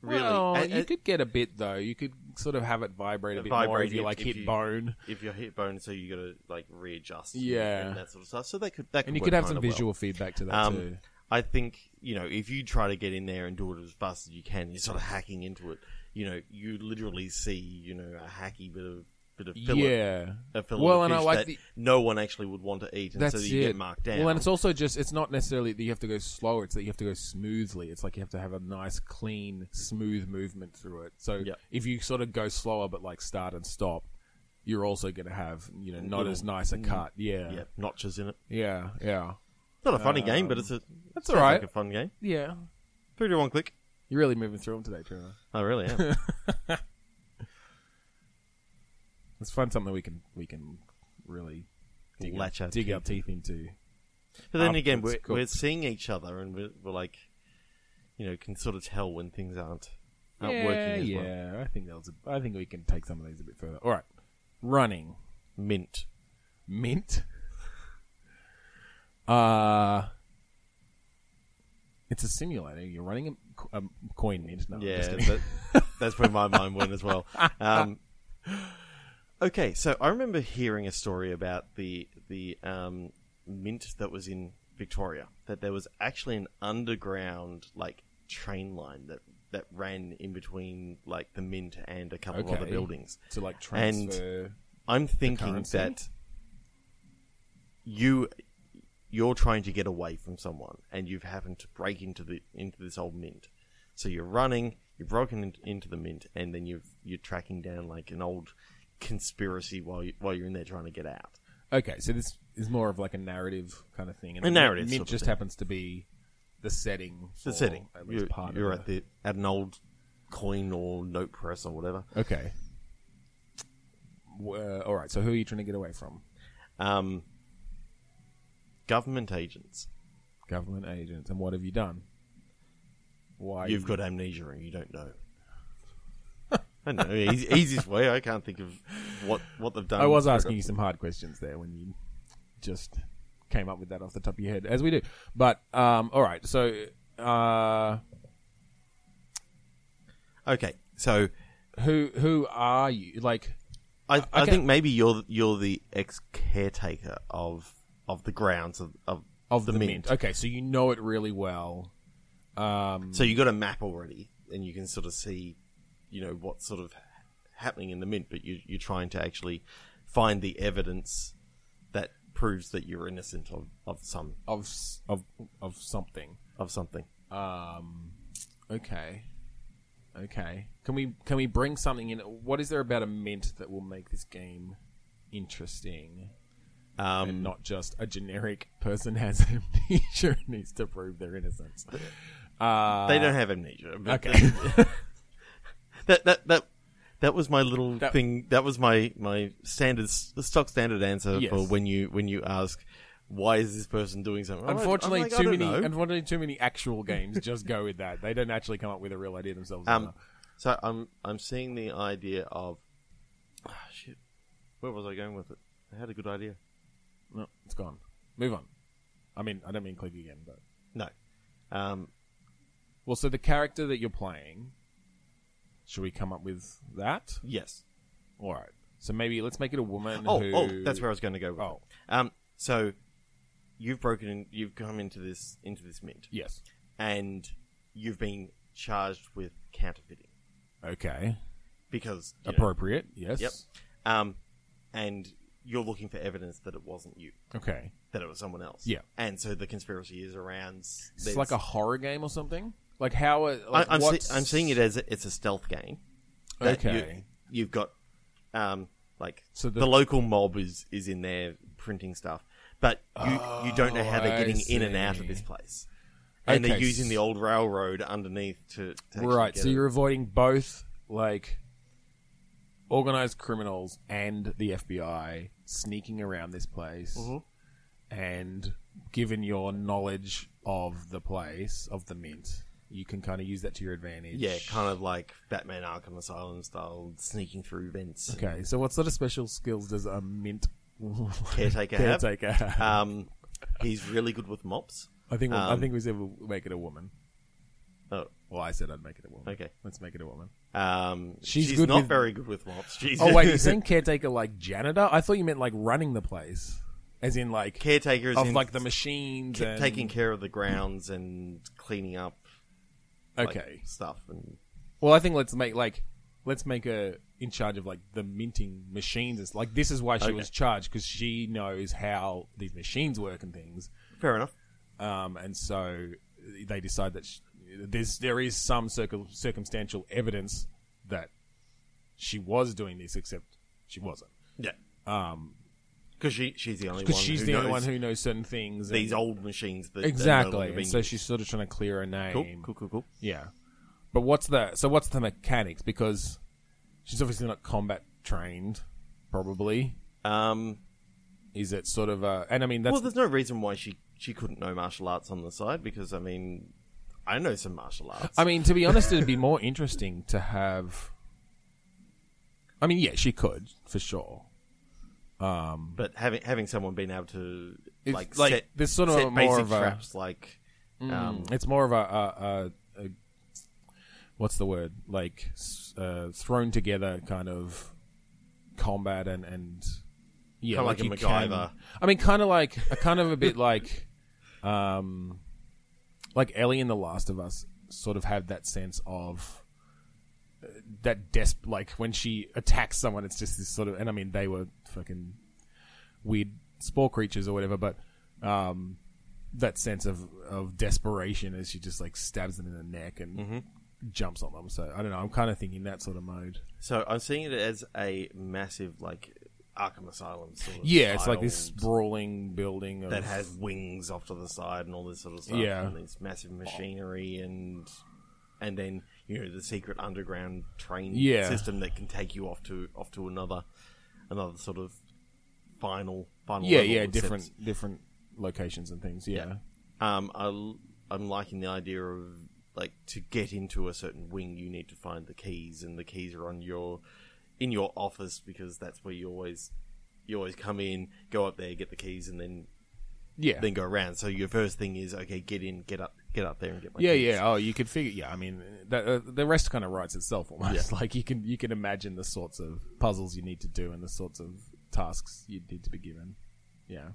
Speaker 1: really,
Speaker 2: Well,
Speaker 1: and-
Speaker 2: you
Speaker 1: and
Speaker 2: could get a bit though. You could sort of have it vibrate a bit more
Speaker 1: Vibrate
Speaker 2: if you
Speaker 1: if-
Speaker 2: like
Speaker 1: if
Speaker 2: hit
Speaker 1: you-
Speaker 2: bone,
Speaker 1: if you're hit bone, so you got to like readjust.
Speaker 2: Yeah.
Speaker 1: and that sort of stuff. So they could that could
Speaker 2: and you
Speaker 1: work
Speaker 2: could have some
Speaker 1: kinda well.
Speaker 2: visual feedback to that too.
Speaker 1: Um, I think you know if you try to get in there and do it as fast as you can, you're sort of hacking into it. You know, you literally see you know a hacky bit of bit of fillet,
Speaker 2: Yeah.
Speaker 1: a fillet of
Speaker 2: Well, and I
Speaker 1: fish
Speaker 2: like
Speaker 1: that
Speaker 2: the-
Speaker 1: no one actually would want to eat, and
Speaker 2: That's
Speaker 1: so you
Speaker 2: it.
Speaker 1: get marked down.
Speaker 2: Well, and it's also just it's not necessarily that you have to go slower; it's that you have to go smoothly. It's like you have to have a nice, clean, smooth movement through it. So
Speaker 1: Yeah.
Speaker 2: if you sort of go slower, but like start and stop, you're also going to have you know not
Speaker 1: Little- mm,
Speaker 2: as nice a cut. Yeah,
Speaker 1: yeah, notches in it.
Speaker 2: yeah, yeah,
Speaker 1: Not a funny game, but it's a
Speaker 2: that's
Speaker 1: sounds
Speaker 2: all right.
Speaker 1: Like a fun game.
Speaker 2: yeah.
Speaker 1: Three to one click.
Speaker 2: You're really moving through them today, Trevor.
Speaker 1: I really am.
Speaker 2: Let's find something we can we can really dig, our-
Speaker 1: Latch our
Speaker 2: dig our
Speaker 1: teeth
Speaker 2: teeth into.
Speaker 1: But then
Speaker 2: Um,
Speaker 1: again,
Speaker 2: it's
Speaker 1: we're,
Speaker 2: cool.
Speaker 1: we're seeing each other, and we're, we're like, you know, can sort of tell when things aren't aren't working as
Speaker 2: yeah,
Speaker 1: well.
Speaker 2: I think that was. A, I think we can take some of these a bit further. All right, running.
Speaker 1: Mint.
Speaker 2: mint. Uh it's a simulator. You're running a, a coin mint. No, I'm
Speaker 1: Yeah,
Speaker 2: just kidding.
Speaker 1: that, that's where my mind went as well. Um, okay, so I remember hearing a story about the the um, mint that was in Victoria. That there was actually an underground like train line that that ran in between like the mint and a couple of
Speaker 2: Okay.
Speaker 1: other buildings.
Speaker 2: to like
Speaker 1: and
Speaker 2: transfer.
Speaker 1: I'm thinking
Speaker 2: currency?
Speaker 1: that you you're trying to get away from someone and you've happened to break into the into this old mint. So you're running, you've broken in, into the mint, and then you've you're tracking down like an old conspiracy while you, while you're in there trying to get out.
Speaker 2: okay, so this is more of like a narrative kind of thing. And
Speaker 1: A
Speaker 2: the
Speaker 1: narrative
Speaker 2: mint
Speaker 1: sort of
Speaker 2: just
Speaker 1: thing.
Speaker 2: happens to be the setting.
Speaker 1: The
Speaker 2: for
Speaker 1: setting.
Speaker 2: At least
Speaker 1: You're,
Speaker 2: part
Speaker 1: you're
Speaker 2: of
Speaker 1: at the at an old coin or note press or whatever.
Speaker 2: the. Okay. Uh, all right. So who are you trying to get away from?
Speaker 1: Um, government agents.
Speaker 2: Government agents. And what have you done? Why?
Speaker 1: You've got amnesia and you don't know. I know. Easy, easiest way. I can't think of what what they've done.
Speaker 2: Um, I was asking you some hard questions there when you just came up with that off the top of your head, as we do. But um, all right, so uh,
Speaker 1: Okay, so
Speaker 2: who who are you? Like,
Speaker 1: I I
Speaker 2: okay.
Speaker 1: think maybe you're you're the ex caretaker of of the grounds of of,
Speaker 2: of the, mint. Okay, so you know it really well. Um,
Speaker 1: So you got a map already, and you can sort of see, you know, what's sort of happening in the mint. But you, you're trying to actually find the evidence that proves that you're innocent of, of some
Speaker 2: of s- of of something.
Speaker 1: of something.
Speaker 2: Um, okay, okay. Can we can we bring something in? What is there about a mint that will make this game interesting? and
Speaker 1: Um,
Speaker 2: not just a generic person has amnesia and needs to prove their innocence. Uh,
Speaker 1: they don't have amnesia. but-
Speaker 2: okay.
Speaker 1: that that that that was my little
Speaker 2: That-
Speaker 1: thing. That was my my standard s- stock standard answer
Speaker 2: Yes.
Speaker 1: for when you when you ask why is this person doing something. I'm like-
Speaker 2: unfortunately,
Speaker 1: I'm like, "Oh I
Speaker 2: too
Speaker 1: don't
Speaker 2: many.
Speaker 1: know.
Speaker 2: Unfortunately, too many actual games just go with that. They don't actually come up with a real idea themselves.
Speaker 1: um, so I'm I'm seeing the idea of ah, shit. Where was I going with it? I had a good idea.
Speaker 2: no, it's gone. Move on. I mean, I don't mean click again, but
Speaker 1: No. Um,
Speaker 2: well, so the character that you're playing, should we come up with that?
Speaker 1: yes.
Speaker 2: All right. So maybe let's make it a woman.
Speaker 1: Oh,
Speaker 2: who...
Speaker 1: oh, that's where I was going to go. With
Speaker 2: Oh.
Speaker 1: it. Um, so you've broken in. You've come into this into this mint,
Speaker 2: Yes.
Speaker 1: and you've been charged with counterfeiting
Speaker 2: Okay.
Speaker 1: because you know,
Speaker 2: Appropriate. Yes.
Speaker 1: Yep. Um, and you're looking for evidence that it wasn't you,
Speaker 2: Okay.
Speaker 1: that it was someone else.
Speaker 2: Yeah.
Speaker 1: And so the conspiracy is around.
Speaker 2: It's like a horror game or something. Like how? Are,
Speaker 1: I,
Speaker 2: like
Speaker 1: I'm,
Speaker 2: what's-
Speaker 1: see, I'm seeing it as a, it's a stealth game. that
Speaker 2: Okay.
Speaker 1: You, have got, um, like
Speaker 2: So
Speaker 1: the,
Speaker 2: the-
Speaker 1: local mob is is in there printing stuff, but you you don't know how they're
Speaker 2: Oh, I
Speaker 1: getting in and out
Speaker 2: see.
Speaker 1: of this place, and they're
Speaker 2: Okay,
Speaker 1: using the
Speaker 2: s-
Speaker 1: old railroad underneath to, to actually
Speaker 2: Right.
Speaker 1: get
Speaker 2: So
Speaker 1: it.
Speaker 2: you're avoiding both like organized criminals and the FBI sneaking around this place,
Speaker 1: Mhm.
Speaker 2: and given your knowledge of the place of the mint, you can kind of use that to your advantage.
Speaker 1: yeah, kind of like Batman Arkham Asylum style, sneaking through vents.
Speaker 2: Okay. So what sort of special skills does a mint
Speaker 1: Caretaker have.
Speaker 2: caretaker have?
Speaker 1: Um, he's really good with mops.
Speaker 2: I think we'll, I
Speaker 1: um,
Speaker 2: think we said we'll make it a woman.
Speaker 1: Oh,
Speaker 2: Well, I said I'd make it a woman.
Speaker 1: Okay.
Speaker 2: Let's make it a woman.
Speaker 1: um,
Speaker 2: She's
Speaker 1: she's,
Speaker 2: good
Speaker 1: not
Speaker 2: with-
Speaker 1: very good with mops. She's
Speaker 2: Oh wait, you're saying caretaker like janitor? I thought you meant like running the place, as in like
Speaker 1: caretaker is
Speaker 2: of
Speaker 1: in-
Speaker 2: like the machines
Speaker 1: ca-
Speaker 2: and
Speaker 1: taking care of the grounds and cleaning up like,
Speaker 2: Okay,
Speaker 1: stuff and
Speaker 2: well, I think let's make like let's make her in charge of like the minting machines. It's like this is why she
Speaker 1: Okay.
Speaker 2: was charged because she knows how these machines work and things.
Speaker 1: fair enough.
Speaker 2: Um, and so they decide that sh there's there is some circum- circumstantial evidence that she was doing this, except she wasn't
Speaker 1: Yeah. Um, because she she's the only one.
Speaker 2: because she's
Speaker 1: who
Speaker 2: the
Speaker 1: knows
Speaker 2: only one who knows certain things. and-
Speaker 1: these old machines that that are no
Speaker 2: exactly,
Speaker 1: longer
Speaker 2: and
Speaker 1: being
Speaker 2: so
Speaker 1: used.
Speaker 2: she's sort of trying to clear her name.
Speaker 1: cool, cool, cool, cool.
Speaker 2: Yeah. But what's the so what's the mechanics? Because she's obviously not combat trained, probably.
Speaker 1: Um,
Speaker 2: Is it sort of a and I mean that's
Speaker 1: well, there's no reason why she she couldn't know martial arts on the side because I mean, I know some martial arts.
Speaker 2: I mean, to be honest, it'd be more interesting to have I mean, yeah, she could, for sure.
Speaker 1: but having having someone being able to
Speaker 2: It's
Speaker 1: like
Speaker 2: like-
Speaker 1: set,
Speaker 2: there's sort of
Speaker 1: set
Speaker 2: a more
Speaker 1: basic
Speaker 2: of a-
Speaker 1: traps like um,
Speaker 2: Mm. It's more of a, a, a, a what's the word? Like s- uh, thrown together kind of combat and and yeah,
Speaker 1: Kinda like a
Speaker 2: you can-
Speaker 1: MacGyver.
Speaker 2: I mean, kind of like a kind of a bit like, um, like Ellie in The Last of Us sort of have that sense of uh, that desp like when she attacks someone it's just this sort of and i mean they were fucking weird spore creatures or whatever but um that sense of of desperation as she just like stabs them in the neck and jumps on them. So I don't know. I'm kind of thinking that sort of mode.
Speaker 1: so I'm seeing it as a massive like Arkham Asylum sort of
Speaker 2: Yeah, it's like this
Speaker 1: tiled-
Speaker 2: sprawling building of,
Speaker 1: that has wings off to the side and all this sort of stuff.
Speaker 2: Yeah.
Speaker 1: and this massive machinery and and then you know the secret underground train
Speaker 2: Yeah.
Speaker 1: system that can take you off to off to another another sort of final final
Speaker 2: yeah
Speaker 1: level,
Speaker 2: yeah
Speaker 1: except-
Speaker 2: different different locations and things. Yeah.
Speaker 1: Yeah. Um, I l- I'm liking the idea of like to get into a certain wing, you need to find the keys, and the keys are on your in your office because that's where you always you always come in, go up there, get the keys, and then
Speaker 2: yeah yeah
Speaker 1: then go around. So your first thing is okay, get in, get up, get up there, and get my
Speaker 2: yeah
Speaker 1: keys.
Speaker 2: Oh, you could figure. Yeah, I mean that, uh, the rest kind of writes itself almost. Like you can you can imagine the sorts of puzzles you need to do and the sorts of tasks you need to be given. Yeah.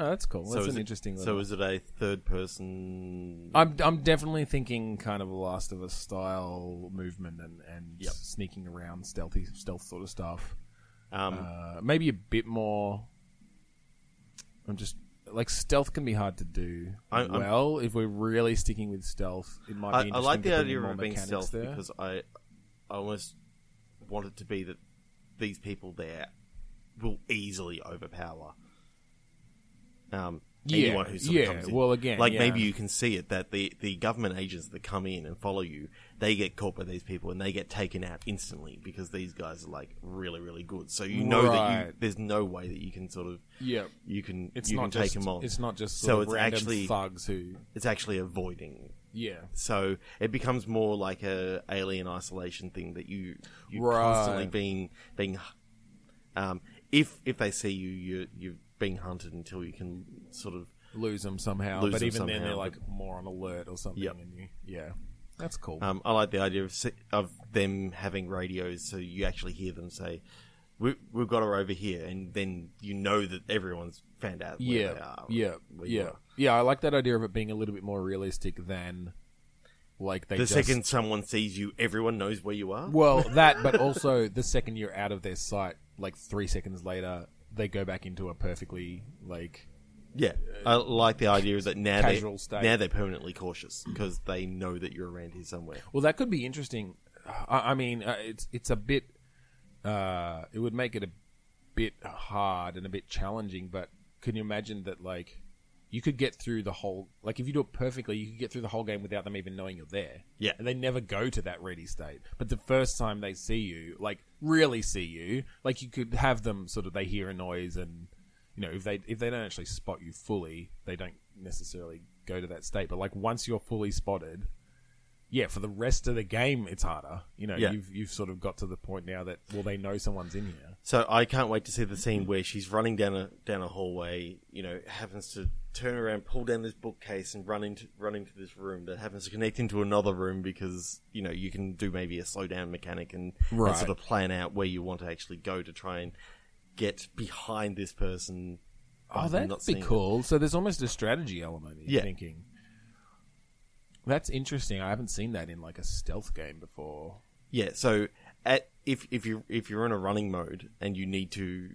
Speaker 2: Oh, that's cool. that's
Speaker 1: is
Speaker 2: an
Speaker 1: it-
Speaker 2: interesting. Little
Speaker 1: So is it a third person?
Speaker 2: I'm I'm definitely thinking kind of a Last of Us style movement and and
Speaker 1: Yep.
Speaker 2: sneaking around, stealthy stealth sort of stuff.
Speaker 1: Um,
Speaker 2: Uh, maybe a bit more. I'm just like stealth can be hard to do.
Speaker 1: I- I'm-
Speaker 2: well, if we're really sticking with stealth, it might
Speaker 1: I,
Speaker 2: be.
Speaker 1: I like
Speaker 2: interesting
Speaker 1: the idea
Speaker 2: to bring in more
Speaker 1: of it being
Speaker 2: mechanics
Speaker 1: stealth
Speaker 2: there.
Speaker 1: because I, I almost want it to be that these people there will easily overpower um,
Speaker 2: Yeah,
Speaker 1: anyone who sort of
Speaker 2: yeah,
Speaker 1: comes in.
Speaker 2: well, again,
Speaker 1: like
Speaker 2: yeah.
Speaker 1: maybe you can see it that the the government agents that come in and follow you, they get caught by these people and they get taken out instantly because these guys are like really really good. So you know that you,
Speaker 2: Right.
Speaker 1: there's no way that you can sort of
Speaker 2: yeah,
Speaker 1: you can
Speaker 2: it's
Speaker 1: you
Speaker 2: not
Speaker 1: can
Speaker 2: just
Speaker 1: take them on.
Speaker 2: it's not just
Speaker 1: so
Speaker 2: sort of
Speaker 1: it's
Speaker 2: random
Speaker 1: actually
Speaker 2: thugs who
Speaker 1: it's actually avoiding
Speaker 2: yeah.
Speaker 1: so it becomes more like a alien isolation thing that you you
Speaker 2: Right.
Speaker 1: constantly being being um, if if they see you you you're being hunted until you can sort of
Speaker 2: Lose them somehow,
Speaker 1: Lose
Speaker 2: but
Speaker 1: them
Speaker 2: even then
Speaker 1: somehow,
Speaker 2: they're
Speaker 1: but-
Speaker 2: like more on alert or something.
Speaker 1: Yep.
Speaker 2: And you, yeah, that's cool.
Speaker 1: um, I like the idea of se- of them having radios so you actually hear them say we, we've got her over here and then you know that everyone's found out where they
Speaker 2: yeah,
Speaker 1: are
Speaker 2: yeah,
Speaker 1: where you
Speaker 2: yeah,
Speaker 1: are.
Speaker 2: yeah. I like that idea of it being a little bit more realistic than like they
Speaker 1: the
Speaker 2: just,
Speaker 1: second someone sees you everyone knows where you are
Speaker 2: Well, that, but also the second you're out of their sight, like three seconds later, they go back into a perfectly like
Speaker 1: Yeah, I like the idea is that now
Speaker 2: casual
Speaker 1: they
Speaker 2: state.
Speaker 1: now they're permanently cautious because they know that you're around here somewhere.
Speaker 2: Well, that could be interesting. I, I mean, uh, it's it's a bit. Uh, it would make it a bit hard and a bit challenging, but can you imagine that like you could get through the whole like if you do it perfectly, you could get through the whole game without them even knowing you're there.
Speaker 1: Yeah.
Speaker 2: And they never go to that ready state. But the first time they see you, like really see you, like you could have them sort of they hear a noise and you know, if they if they don't actually spot you fully, they don't necessarily go to that state. But like once you're fully spotted, yeah, for the rest of the game it's harder. You know,
Speaker 1: Yeah.
Speaker 2: you've you've sort of got to the point now that well they know someone's in here.
Speaker 1: So I can't wait to see the scene where she's running down a down a hallway. You know, happens to turn around, pull down this bookcase, and run into run into this room that happens to connect into another room because you know you can do maybe a slow down mechanic and, and
Speaker 2: Right.
Speaker 1: sort of plan out where you want to actually go to try and get behind this person. by
Speaker 2: Oh,
Speaker 1: them
Speaker 2: that'd
Speaker 1: not
Speaker 2: be
Speaker 1: seeing them.
Speaker 2: cool. So there's almost a strategy element. You're
Speaker 1: Yeah.
Speaker 2: thinking. That's interesting. I haven't seen that in like a stealth game before.
Speaker 1: Yeah. So at if if you if you're in a running mode and you need to,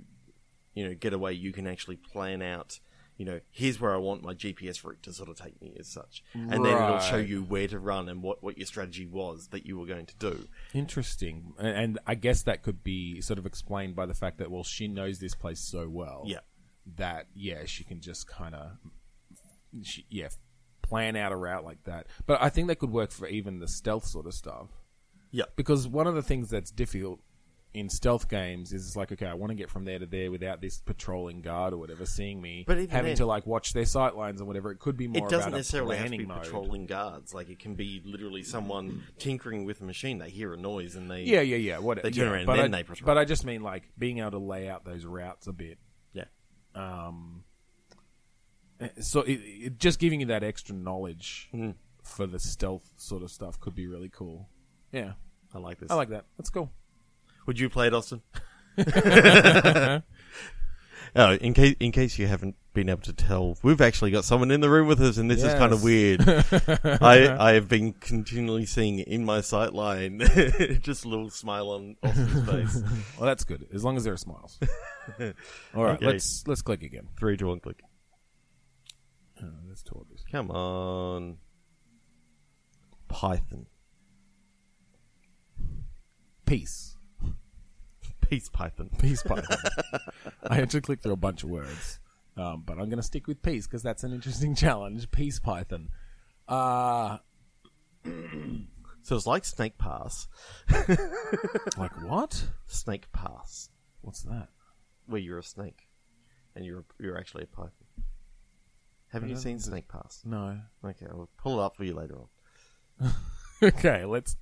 Speaker 1: you know, get away, you can actually plan out. You know, here's where I want my GPS route to sort of take me, as such, and then it'll show
Speaker 2: Right.
Speaker 1: you where to run and what what your strategy was that you were going to do.
Speaker 2: Interesting, and, and I guess that could be sort of explained by the fact that well, she knows this place so well.
Speaker 1: Yeah.
Speaker 2: That yeah, she can just kind of, yeah, plan out a route like that. But I think that could work for even the stealth sort of stuff.
Speaker 1: Yeah.
Speaker 2: because one of the things that's difficult in stealth games is it's like okay i want to get from there to there without this patrolling guard or whatever seeing me
Speaker 1: But even
Speaker 2: having
Speaker 1: then-
Speaker 2: to like watch their sight lines and whatever it could be more
Speaker 1: It doesn't
Speaker 2: about
Speaker 1: necessarily
Speaker 2: a
Speaker 1: have to
Speaker 2: planning
Speaker 1: be
Speaker 2: mode.
Speaker 1: patrolling guards. Like it can be literally someone tinkering with a machine. They hear a noise and they
Speaker 2: yeah yeah yeah what
Speaker 1: They turn
Speaker 2: yeah,
Speaker 1: around and
Speaker 2: but
Speaker 1: then
Speaker 2: I,
Speaker 1: they patrol.
Speaker 2: but i just mean like being able to lay out those routes a bit
Speaker 1: yeah
Speaker 2: so it, it, just giving you that extra knowledge
Speaker 1: Mm-hmm.
Speaker 2: for the stealth sort of stuff could be really cool yeah
Speaker 1: I like this.
Speaker 2: i like that that's cool
Speaker 1: Would you play it, Austin? oh, in case in case you haven't been able to tell, we've actually got someone in the room with us, and this is kind of
Speaker 2: Yes.
Speaker 1: weird. I I have been continually seeing in my sight line just a little smile on Austin's face.
Speaker 2: well that's good as long as there are smiles all right
Speaker 1: Okay.
Speaker 2: let's let's click again
Speaker 1: Three to one click.
Speaker 2: Uh, let's talk this
Speaker 1: Come on, Python.
Speaker 2: peace
Speaker 1: Peace Python.
Speaker 2: peace Python. I had to click through a bunch of words, um, but I'm going to stick with peace because that's an interesting challenge. Peace Python. Uh,
Speaker 1: So it's like Snake Pass.
Speaker 2: like what?
Speaker 1: Snake Pass,
Speaker 2: What's that?
Speaker 1: where you're a snake, and you're you're actually a python. Haven't you seen Snake Pass?
Speaker 2: No.
Speaker 1: Okay, I'll pull it up for you later on.
Speaker 2: okay, let's.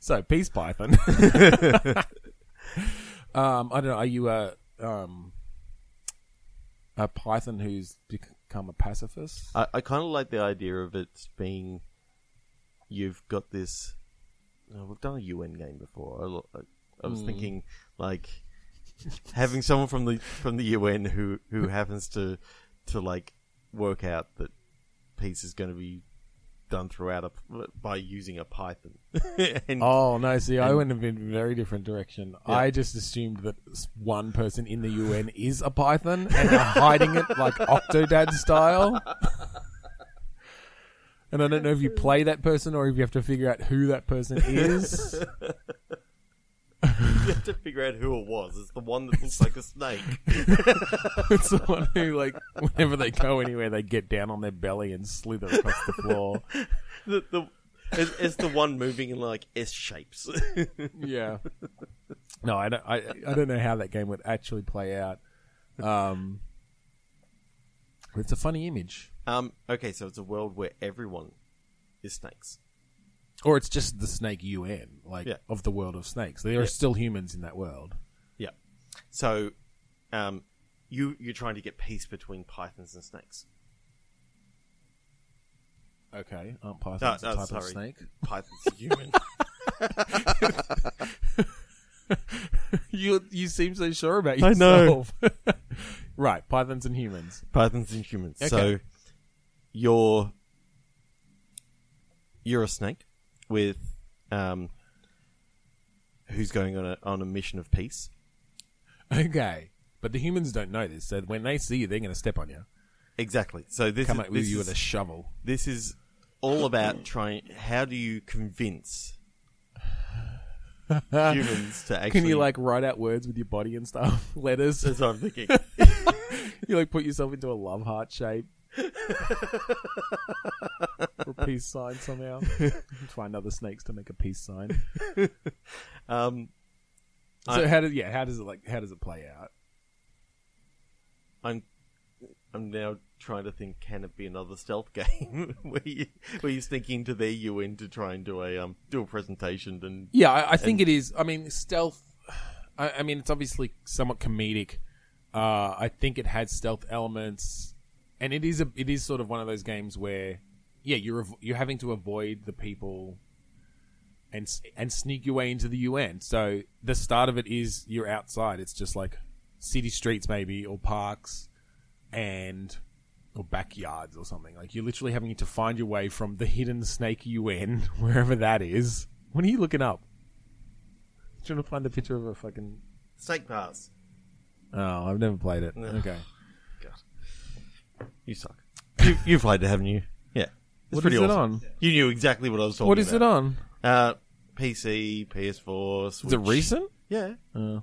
Speaker 2: So peace Python. um, I don't know. Are you a um, a Python who's become a pacifist?
Speaker 1: I, I kind of like the idea of it being you've got this. oh, we've done a UN game before. I lo- I, I was thinking like having someone from the from the UN who who happens to to like work out that peace is going to be done throughout a, by using a Python. and
Speaker 2: Oh no! See, I went in a very different direction. I just assumed that s- one person in the UN is a Python and are hiding it like Octodad style. And I don't know if you play that person or if you have to figure out who that person is.
Speaker 1: you have to figure out who it was. It's the one that looks like a snake.
Speaker 2: it's the one who, like, whenever they go anywhere, they get down on their belly and slither across the floor.
Speaker 1: The, the, it's, it's the one moving in like S shapes.
Speaker 2: Yeah. No, I don't. I, I don't know how that game would actually play out. Um, but it's a funny image.
Speaker 1: Um, okay, so it's a world where everyone is snakes.
Speaker 2: or it's just the snake UN, like
Speaker 1: Yeah.
Speaker 2: of the world of snakes. There are
Speaker 1: Yeah.
Speaker 2: still humans in that world.
Speaker 1: Yeah. So, um, you you're trying to get peace between pythons and snakes.
Speaker 2: Okay, aren't
Speaker 1: No,
Speaker 2: pythons a
Speaker 1: no,
Speaker 2: type
Speaker 1: Uh, sorry,
Speaker 2: of snake?
Speaker 1: pythons are human.
Speaker 2: you you seem so sure about
Speaker 1: I know.
Speaker 2: I know. right, pythons and humans.
Speaker 1: pythons and humans. So,
Speaker 2: Okay.
Speaker 1: you're you're a snake with um, who's going on a on a mission of peace.
Speaker 2: Okay, but the humans don't know this, so when they see you, they're going to step on you,
Speaker 1: Exactly. So this
Speaker 2: come
Speaker 1: is,
Speaker 2: at with
Speaker 1: this
Speaker 2: you
Speaker 1: is-
Speaker 2: with a shovel.
Speaker 1: this is all about trying. How do you convince humans to actually?
Speaker 2: Can you like write out words with your body and stuff, letters?
Speaker 1: That's what I'm thinking.
Speaker 2: you like put yourself into a love heart shape. or a peace sign somehow. Find other snakes to make a peace sign.
Speaker 1: Um,
Speaker 2: So how does yeah, how does it like how does it play out?
Speaker 1: I'm I'm now trying to think. Can it be another stealth game where you where you sneak into their UN to try and do a um do a presentation? And
Speaker 2: Yeah, I, I think it is. I mean, stealth. I, I mean, it's obviously somewhat comedic. Uh, I think it had stealth elements, and it is a it is sort of one of those games where, yeah, you're av- you're having to avoid the people, and s- and sneak your way into the UN. So the start of it is you're outside. It's just like city streets maybe or parks, and or backyards or something. Like you're literally having to find your way from the hidden snake UN wherever that is. What are you looking up? Trying to find the picture of a fucking.
Speaker 1: snake pass.
Speaker 2: Oh, I've never played it. Okay.
Speaker 1: You suck. You, you played it, haven't you? Yeah. It's
Speaker 2: What
Speaker 1: pretty
Speaker 2: is it
Speaker 1: awesome.
Speaker 2: on?
Speaker 1: You knew exactly what I was talking
Speaker 2: What
Speaker 1: about.
Speaker 2: is it on?
Speaker 1: Uh, PC, PS4, Switch.
Speaker 2: Is it recent?
Speaker 1: Yeah. This
Speaker 2: I'm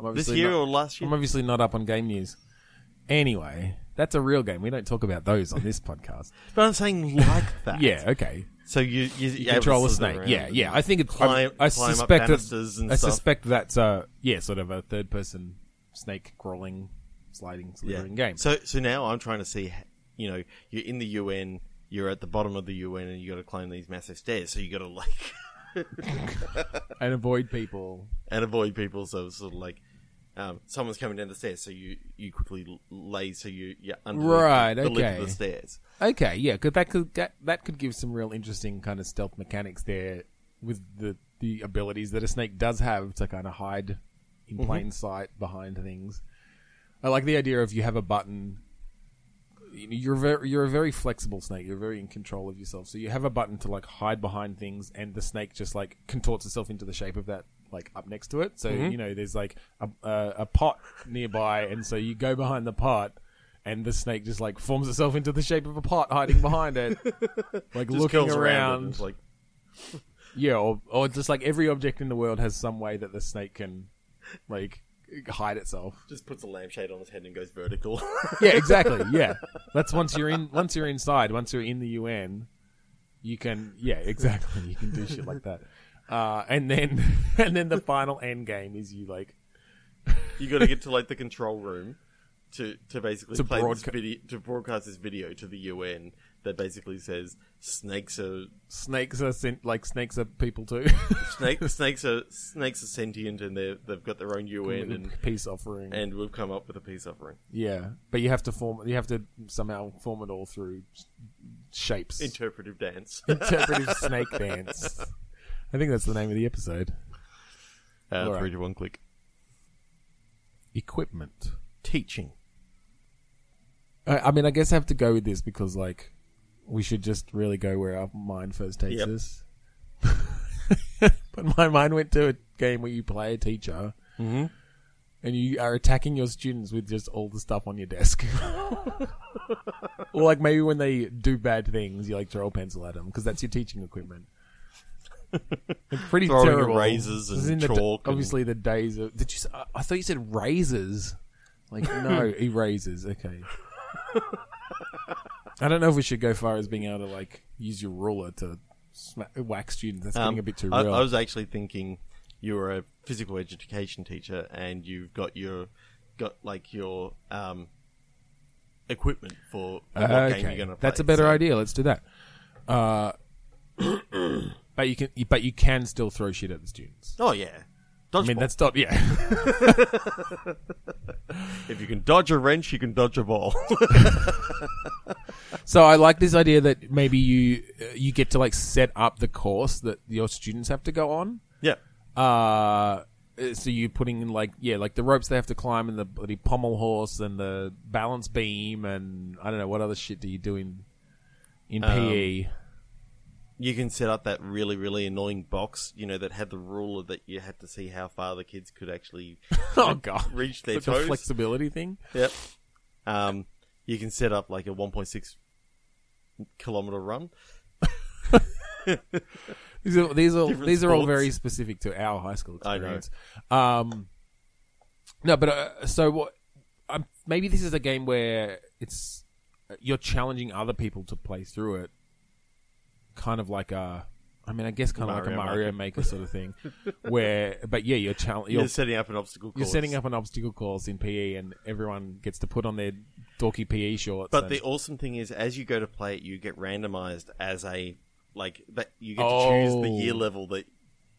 Speaker 2: obviously
Speaker 1: year
Speaker 2: not-
Speaker 1: or last year?
Speaker 2: I'm obviously not up on game news. Anyway, that's a real game. We don't talk about those on this podcast.
Speaker 1: But I'm saying like that.
Speaker 2: Yeah. Okay.
Speaker 1: So you, you, you
Speaker 2: control a snake. Yeah, yeah. I think it's.
Speaker 1: Climb-
Speaker 2: I, I
Speaker 1: climb up
Speaker 2: suspect
Speaker 1: banisters
Speaker 2: that,
Speaker 1: and
Speaker 2: I
Speaker 1: stuff.
Speaker 2: suspect that's a yeah, sort of a third person snake crawling, sliding,
Speaker 1: Yeah.
Speaker 2: slithering game.
Speaker 1: So, so now I'm trying to see, h- you know, you're in the UN, you're at the bottom of the UN, and you got to climb these massive stairs. So you got to like
Speaker 2: and avoid people.
Speaker 1: and avoid people. So it's sort of like. Um, someone's coming down the stairs, so you, you quickly l- lay so you you're under the-
Speaker 2: Right,
Speaker 1: the, lip
Speaker 2: okay.
Speaker 1: of the stairs.
Speaker 2: Okay, yeah, because that could that, that could give some real interesting kind of stealth mechanics there with the the abilities that a snake does have to kind of hide in plain sight behind things. I like the idea of you have a button. You're very you're a very flexible snake. You're very in control of yourself. So you have a button to like hide behind things, and the snake just like contorts itself into the shape of that like up next to it. So
Speaker 1: Mm-hmm.
Speaker 2: you know there's like a, a, a pot nearby, and so you go behind the pot, and the snake just like forms itself into the shape of a pot, hiding behind it, like
Speaker 1: Just
Speaker 2: looking
Speaker 1: curls
Speaker 2: around.
Speaker 1: around, and it's like
Speaker 2: Yeah, or, or just like every object in the world has some way that the snake can like hide itself.
Speaker 1: just puts a lampshade on his head and goes vertical.
Speaker 2: yeah, exactly. Yeah, that's once you're in. Once you're inside. Once you're in the UN, you can. Yeah, exactly. You can do shit like that. Uh, and then, and then the final end game is you like
Speaker 1: you got to get to like the control room to to basically
Speaker 2: To
Speaker 1: play
Speaker 2: broadca-
Speaker 1: this video to broadcast this video to the UN that basically says snakes are
Speaker 2: snakes are sent like snakes are people too.
Speaker 1: snake snakes are snakes are sentient and they they've got their own UN and
Speaker 2: Peace offering.
Speaker 1: and we've come up with a peace offering
Speaker 2: yeah, but you have to form. You have to somehow form it all through shapes.
Speaker 1: interpretive dance.
Speaker 2: Interpretive snake dance. I think that's the name of the episode.
Speaker 1: Uh,
Speaker 2: Alright.
Speaker 1: Three to one click.
Speaker 2: Equipment.
Speaker 1: Teaching.
Speaker 2: I, I mean, I guess I have to go with this because, like, we should just really go where our mind first takes
Speaker 1: Yep.
Speaker 2: us. but my mind went to a game where you play a teacher
Speaker 1: Mm-hmm.
Speaker 2: and you are attacking your students with just all the stuff on your desk. or, like, maybe when they do bad things, you, like, throw a pencil at them because that's your teaching equipment. It's pretty
Speaker 1: Throwing
Speaker 2: terrible.
Speaker 1: erasers
Speaker 2: This is
Speaker 1: and
Speaker 2: in the d-
Speaker 1: chalk and-
Speaker 2: obviously, the days of. Did you? s- I- I thought you said razors. Like no erasers. Okay. I don't know if we should go far as being able to like use your ruler to smack, whack students. That's getting a bit too
Speaker 1: Um, I,
Speaker 2: real.
Speaker 1: I was actually thinking you're a physical education teacher and you've got your got like your um equipment for, for what
Speaker 2: okay,
Speaker 1: game you're going to play.
Speaker 2: that's a better
Speaker 1: so-
Speaker 2: idea. Let's do that. Uh, but you can, but you can still throw shit at the students.
Speaker 1: Oh yeah, dodgeball.
Speaker 2: I mean, that's not yeah.
Speaker 1: if you can dodge a wrench, you can dodge a ball.
Speaker 2: So I like this idea that maybe you uh, you get to like set up the course that your students have to go on.
Speaker 1: yeah,
Speaker 2: uh so you're putting in like yeah like the ropes they have to climb and the bloody pommel horse and the balance beam and i don't know what other shit do you do in in E? pe
Speaker 1: you can set up that really really annoying box, you know, that had the ruler that you had to see how far the kids could actually
Speaker 2: oh god
Speaker 1: reach their
Speaker 2: It's like a
Speaker 1: toes.
Speaker 2: flexibility thing
Speaker 1: Yep. Um, you can set up like a 1.6 kilometer run.
Speaker 2: these are these are
Speaker 1: Different
Speaker 2: these are all
Speaker 1: sports.
Speaker 2: very specific to our high school
Speaker 1: I know.
Speaker 2: experience um no but uh, so what um, maybe this is a game where it's uh, you're challenging other people to play through it, kind of like a. I mean, I guess kind of like a
Speaker 1: Mario
Speaker 2: Mario Maker sort of thing, where but yeah, you're challenging.
Speaker 1: You're, setting up an obstacle course.
Speaker 2: You're setting up an obstacle course in PE, and everyone gets to put on their dorky PE shorts.
Speaker 1: But
Speaker 2: and-
Speaker 1: the awesome thing is, as you go to play it, you get randomized as a like that. You get to choose the
Speaker 2: Oh.
Speaker 1: year level that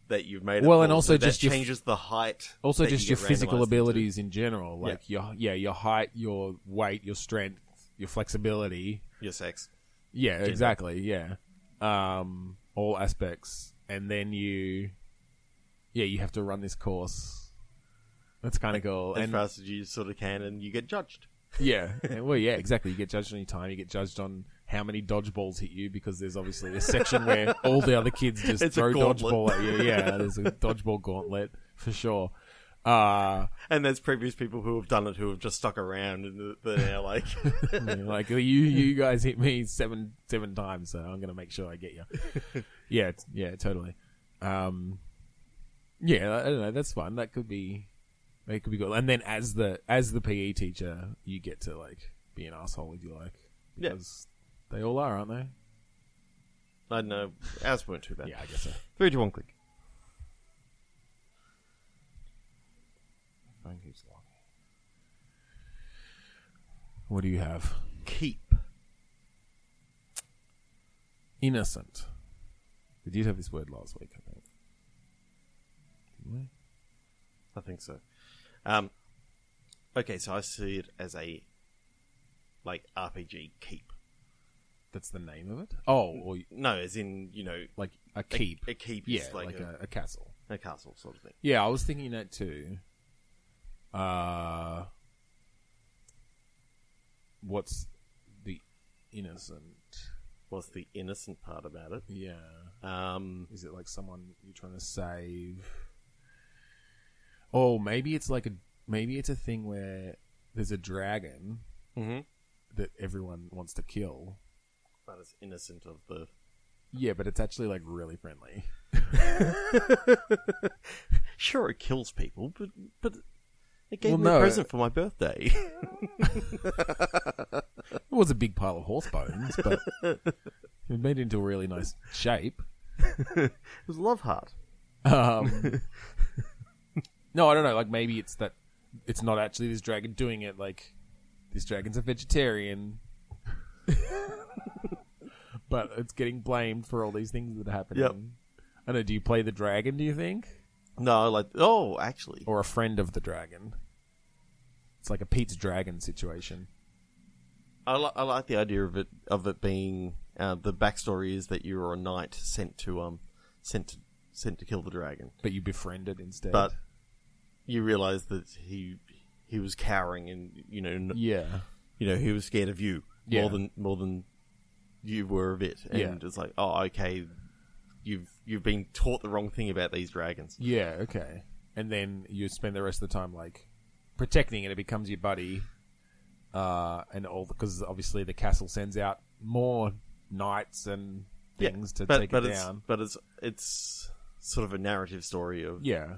Speaker 1: that you've made. it
Speaker 2: Well, and
Speaker 1: for,
Speaker 2: also
Speaker 1: so that
Speaker 2: just your-
Speaker 1: changes the height.
Speaker 2: also
Speaker 1: that you
Speaker 2: just your
Speaker 1: get randomised
Speaker 2: physical
Speaker 1: into.
Speaker 2: abilities in general, like your yeah, your height, your weight, your strength, your flexibility.
Speaker 1: your sex.
Speaker 2: Yeah, exactly. Yeah, um, all aspects, and then you, yeah, you have to run this course. That's kind of cool.
Speaker 1: As
Speaker 2: And
Speaker 1: fast as you sort of can, and you get judged.
Speaker 2: yeah, and- well, yeah, exactly. You get judged on your time. You get judged on how many dodgeballs hit you because there's obviously a section where all the other kids just
Speaker 1: It's a
Speaker 2: throw
Speaker 1: gauntlet.
Speaker 2: dodgeball at you. Yeah, there's a dodgeball gauntlet for sure. Uh,
Speaker 1: And there's previous people who have done it who have just stuck around, and they're now like,
Speaker 2: Yeah, like "Oh, you you guys hit me seven seven times, so I'm gonna make sure I get you. yeah, t- yeah, totally. Um, yeah, I I don't know. That's fun. That could be that could be good. And then as the as the PE teacher, you get to like be an asshole if you like,
Speaker 1: Yeah.
Speaker 2: because they all are, aren't they?
Speaker 1: I don't know, ours weren't too bad.
Speaker 2: Yeah, I guess so.
Speaker 1: Three to one click.
Speaker 2: What do you have?
Speaker 1: Keep.
Speaker 2: Innocent. We did have this word last week, I think. Didn't we?
Speaker 1: I think so. Um, okay, so I see it as a like RPG keep.
Speaker 2: That's the name of it. Oh, or
Speaker 1: No, as in you know
Speaker 2: like a
Speaker 1: a-
Speaker 2: keep.
Speaker 1: A, keep
Speaker 2: yeah,
Speaker 1: is like, a,
Speaker 2: a castle.
Speaker 1: a castle sort of thing.
Speaker 2: Yeah, I was thinking that too. Uh, what's the innocent?
Speaker 1: What's the innocent part about it?
Speaker 2: Yeah,
Speaker 1: Um,
Speaker 2: is it like someone you're trying to save? Oh, maybe it's like a maybe it's a thing where there's a dragon
Speaker 1: Mhm.
Speaker 2: that everyone wants to kill.
Speaker 1: but it's innocent of the.
Speaker 2: Yeah, but it's actually like really friendly.
Speaker 1: Sure, it kills people, but but it gave
Speaker 2: Well,
Speaker 1: me
Speaker 2: no.
Speaker 1: a present for my birthday.
Speaker 2: It was a big pile of horse bones, but it made it into a really nice shape.
Speaker 1: it was love heart.
Speaker 2: Um, no, I don't know. Like maybe it's that it's not actually this dragon doing it. Like this dragon's a vegetarian, but it's getting blamed for all these things that are happening.
Speaker 1: Yep.
Speaker 2: I don't know. Do you play the dragon? Do you think,
Speaker 1: No, like oh, actually,
Speaker 2: or a friend of the dragon? It's like a Pete's dragon situation.
Speaker 1: I, li- I like the idea of it of it being uh, the backstory is that you were a knight sent to um sent to, sent to kill the dragon,
Speaker 2: But you befriend it instead.
Speaker 1: but you realize that he he was cowering and you know n-
Speaker 2: yeah,
Speaker 1: you know he was scared of you
Speaker 2: Yeah.
Speaker 1: more than more than you were of it, and
Speaker 2: Yeah.
Speaker 1: it's like oh okay, you've you've been taught the wrong thing about these dragons.
Speaker 2: yeah, okay. And then you spend the rest of the time like protecting it. It becomes your buddy. uh, and all because obviously the castle sends out more knights and
Speaker 1: Yeah,
Speaker 2: things to
Speaker 1: but,
Speaker 2: take
Speaker 1: but
Speaker 2: it
Speaker 1: it's,
Speaker 2: down.
Speaker 1: But it's it's sort of a narrative story of
Speaker 2: Yeah,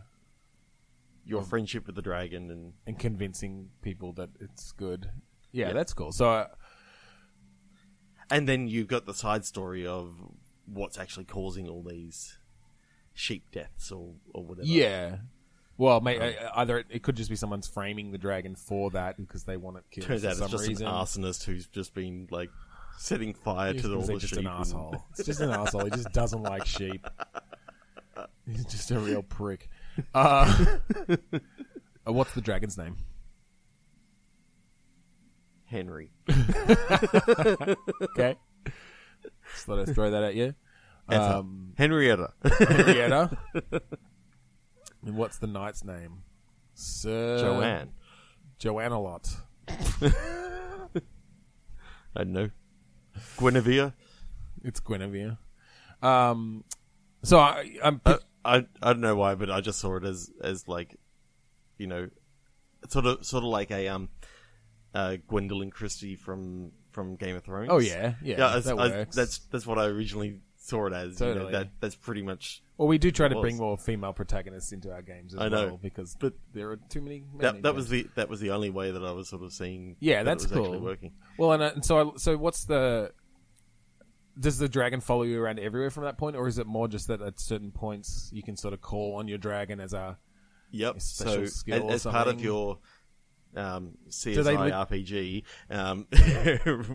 Speaker 1: your friendship with the dragon and
Speaker 2: and convincing people that it's good. Yeah,
Speaker 1: Yeah.
Speaker 2: that's cool. So uh,
Speaker 1: And then you've got the side story of what's actually causing all these sheep deaths or, or whatever.
Speaker 2: yeah, well, may, uh, either it, it could just be someone's framing the dragon for that because they want it killed
Speaker 1: Turns
Speaker 2: for
Speaker 1: out
Speaker 2: some
Speaker 1: it's just
Speaker 2: reason.
Speaker 1: an arsonist who's just been like setting fire
Speaker 2: He's
Speaker 1: to all
Speaker 2: gonna say
Speaker 1: the
Speaker 2: just
Speaker 1: sheep.
Speaker 2: an
Speaker 1: and-
Speaker 2: asshole. It's just an asshole. He just doesn't like sheep. He's just a real prick. Uh, uh, what's the dragon's name?
Speaker 1: Henry.
Speaker 2: Okay, just thought I'd throw that at you. Um,
Speaker 1: Henrietta.
Speaker 2: Henrietta. and what's the knight's name? Sir
Speaker 1: Joanne.
Speaker 2: Joanne a lot.
Speaker 1: I don't know. Guinevere.
Speaker 2: It's Guinevere. Um, so I, I'm
Speaker 1: I, I I don't know why, but I just saw it as as like, you know, sort of sort of like a um, uh, Gwendolyn Christie from from Game of Thrones.
Speaker 2: Oh, yeah, yeah,
Speaker 1: that's-
Speaker 2: that
Speaker 1: I-
Speaker 2: works.
Speaker 1: that's that's what I originally saw it as. you know,
Speaker 2: Totally.
Speaker 1: that that's pretty much
Speaker 2: Well, we do try
Speaker 1: It
Speaker 2: to bring
Speaker 1: was.
Speaker 2: more female protagonists into our games as
Speaker 1: I know.
Speaker 2: well because
Speaker 1: But-
Speaker 2: there are too many.
Speaker 1: That, that was the that was the only way that I was sort of seeing.
Speaker 2: yeah,
Speaker 1: that it
Speaker 2: that's
Speaker 1: was actually
Speaker 2: cool.
Speaker 1: Working.
Speaker 2: Well, and, uh, and so I, so what's the does the dragon follow you around everywhere from that point, or is it more just that at certain points you can sort of call on your dragon as a
Speaker 1: Yep.
Speaker 2: special
Speaker 1: So as,
Speaker 2: skill or
Speaker 1: as part of
Speaker 2: something?
Speaker 1: your um, CSI
Speaker 2: they lit-
Speaker 1: RPG, um,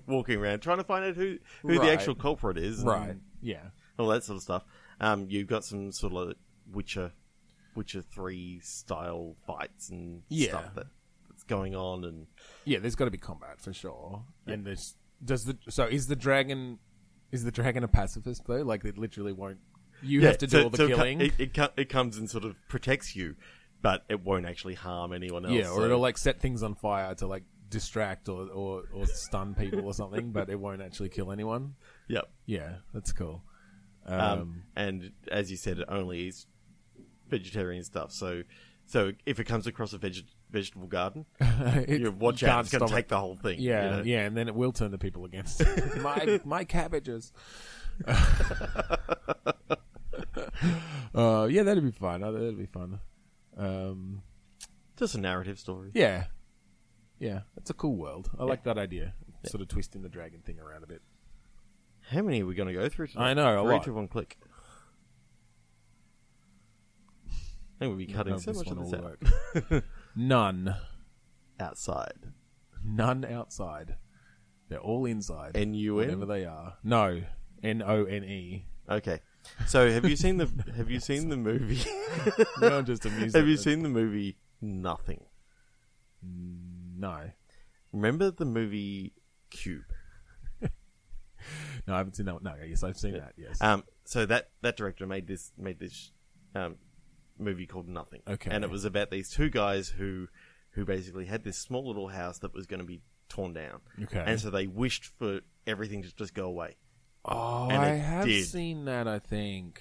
Speaker 1: walking around trying to find out who who the
Speaker 2: Right.
Speaker 1: actual culprit is, and
Speaker 2: mm, Yeah.
Speaker 1: all that sort of stuff. Um, you've got some sort of Witcher, Witcher Three style fights and
Speaker 2: Yeah.
Speaker 1: stuff that, that's going on, and
Speaker 2: Yeah, there's got to be combat for sure. And there's does the so is the dragon is the dragon a pacifist though? Like it literally won't. You
Speaker 1: Yeah,
Speaker 2: have to do
Speaker 1: so-
Speaker 2: all the
Speaker 1: so it co-
Speaker 2: killing.
Speaker 1: It, it, co- it comes and sort of protects you, but it won't actually harm anyone else.
Speaker 2: yeah, or
Speaker 1: so-
Speaker 2: it'll like set things on fire to like distract or or, or stun people or something, but it won't actually kill anyone.
Speaker 1: Yep.
Speaker 2: Yeah, that's cool. Um,
Speaker 1: Um, and as you said, it only is vegetarian stuff. So, so if it comes across a veg- vegetable garden,
Speaker 2: it-
Speaker 1: you watch
Speaker 2: you
Speaker 1: out.
Speaker 2: can't
Speaker 1: It's going
Speaker 2: stop
Speaker 1: to
Speaker 2: it.
Speaker 1: take the whole thing. you
Speaker 2: Yeah,
Speaker 1: know?
Speaker 2: yeah, and then it will turn the people against my my cabbages. uh, yeah, that'd be fun. Uh, That'd be fun. Um,
Speaker 1: Just a narrative story.
Speaker 2: yeah, yeah, it's a cool world. I like that idea. Sort of twisting the dragon thing around a bit.
Speaker 1: How many are we going to go through today?
Speaker 2: I know, a
Speaker 1: Three,
Speaker 2: lot.
Speaker 1: two, one, click. I think we'll be cutting
Speaker 2: None of
Speaker 1: so
Speaker 2: this
Speaker 1: much of
Speaker 2: one
Speaker 1: this
Speaker 2: will
Speaker 1: out.
Speaker 2: work. None,
Speaker 1: outside.
Speaker 2: none outside. They're all inside,
Speaker 1: N U
Speaker 2: whatever
Speaker 1: N.
Speaker 2: they are. No, N O N E.
Speaker 1: Okay. So have you seen the have you seen the movie?
Speaker 2: No, I'm just amused.
Speaker 1: have
Speaker 2: at
Speaker 1: you
Speaker 2: that.
Speaker 1: seen the movie Nothing?
Speaker 2: No,
Speaker 1: Remember the movie Cube?
Speaker 2: no, I haven't seen that. One. No, yes, I've seen that. Yes.
Speaker 1: Um, so that that director made this made this um, movie called Nothing.
Speaker 2: Okay.
Speaker 1: and it was about these two guys who who basically had this small little house that was going to be torn down.
Speaker 2: Okay.
Speaker 1: and so they wished for everything to just go away.
Speaker 2: Oh,
Speaker 1: And
Speaker 2: I
Speaker 1: it
Speaker 2: have
Speaker 1: did.
Speaker 2: seen that. I think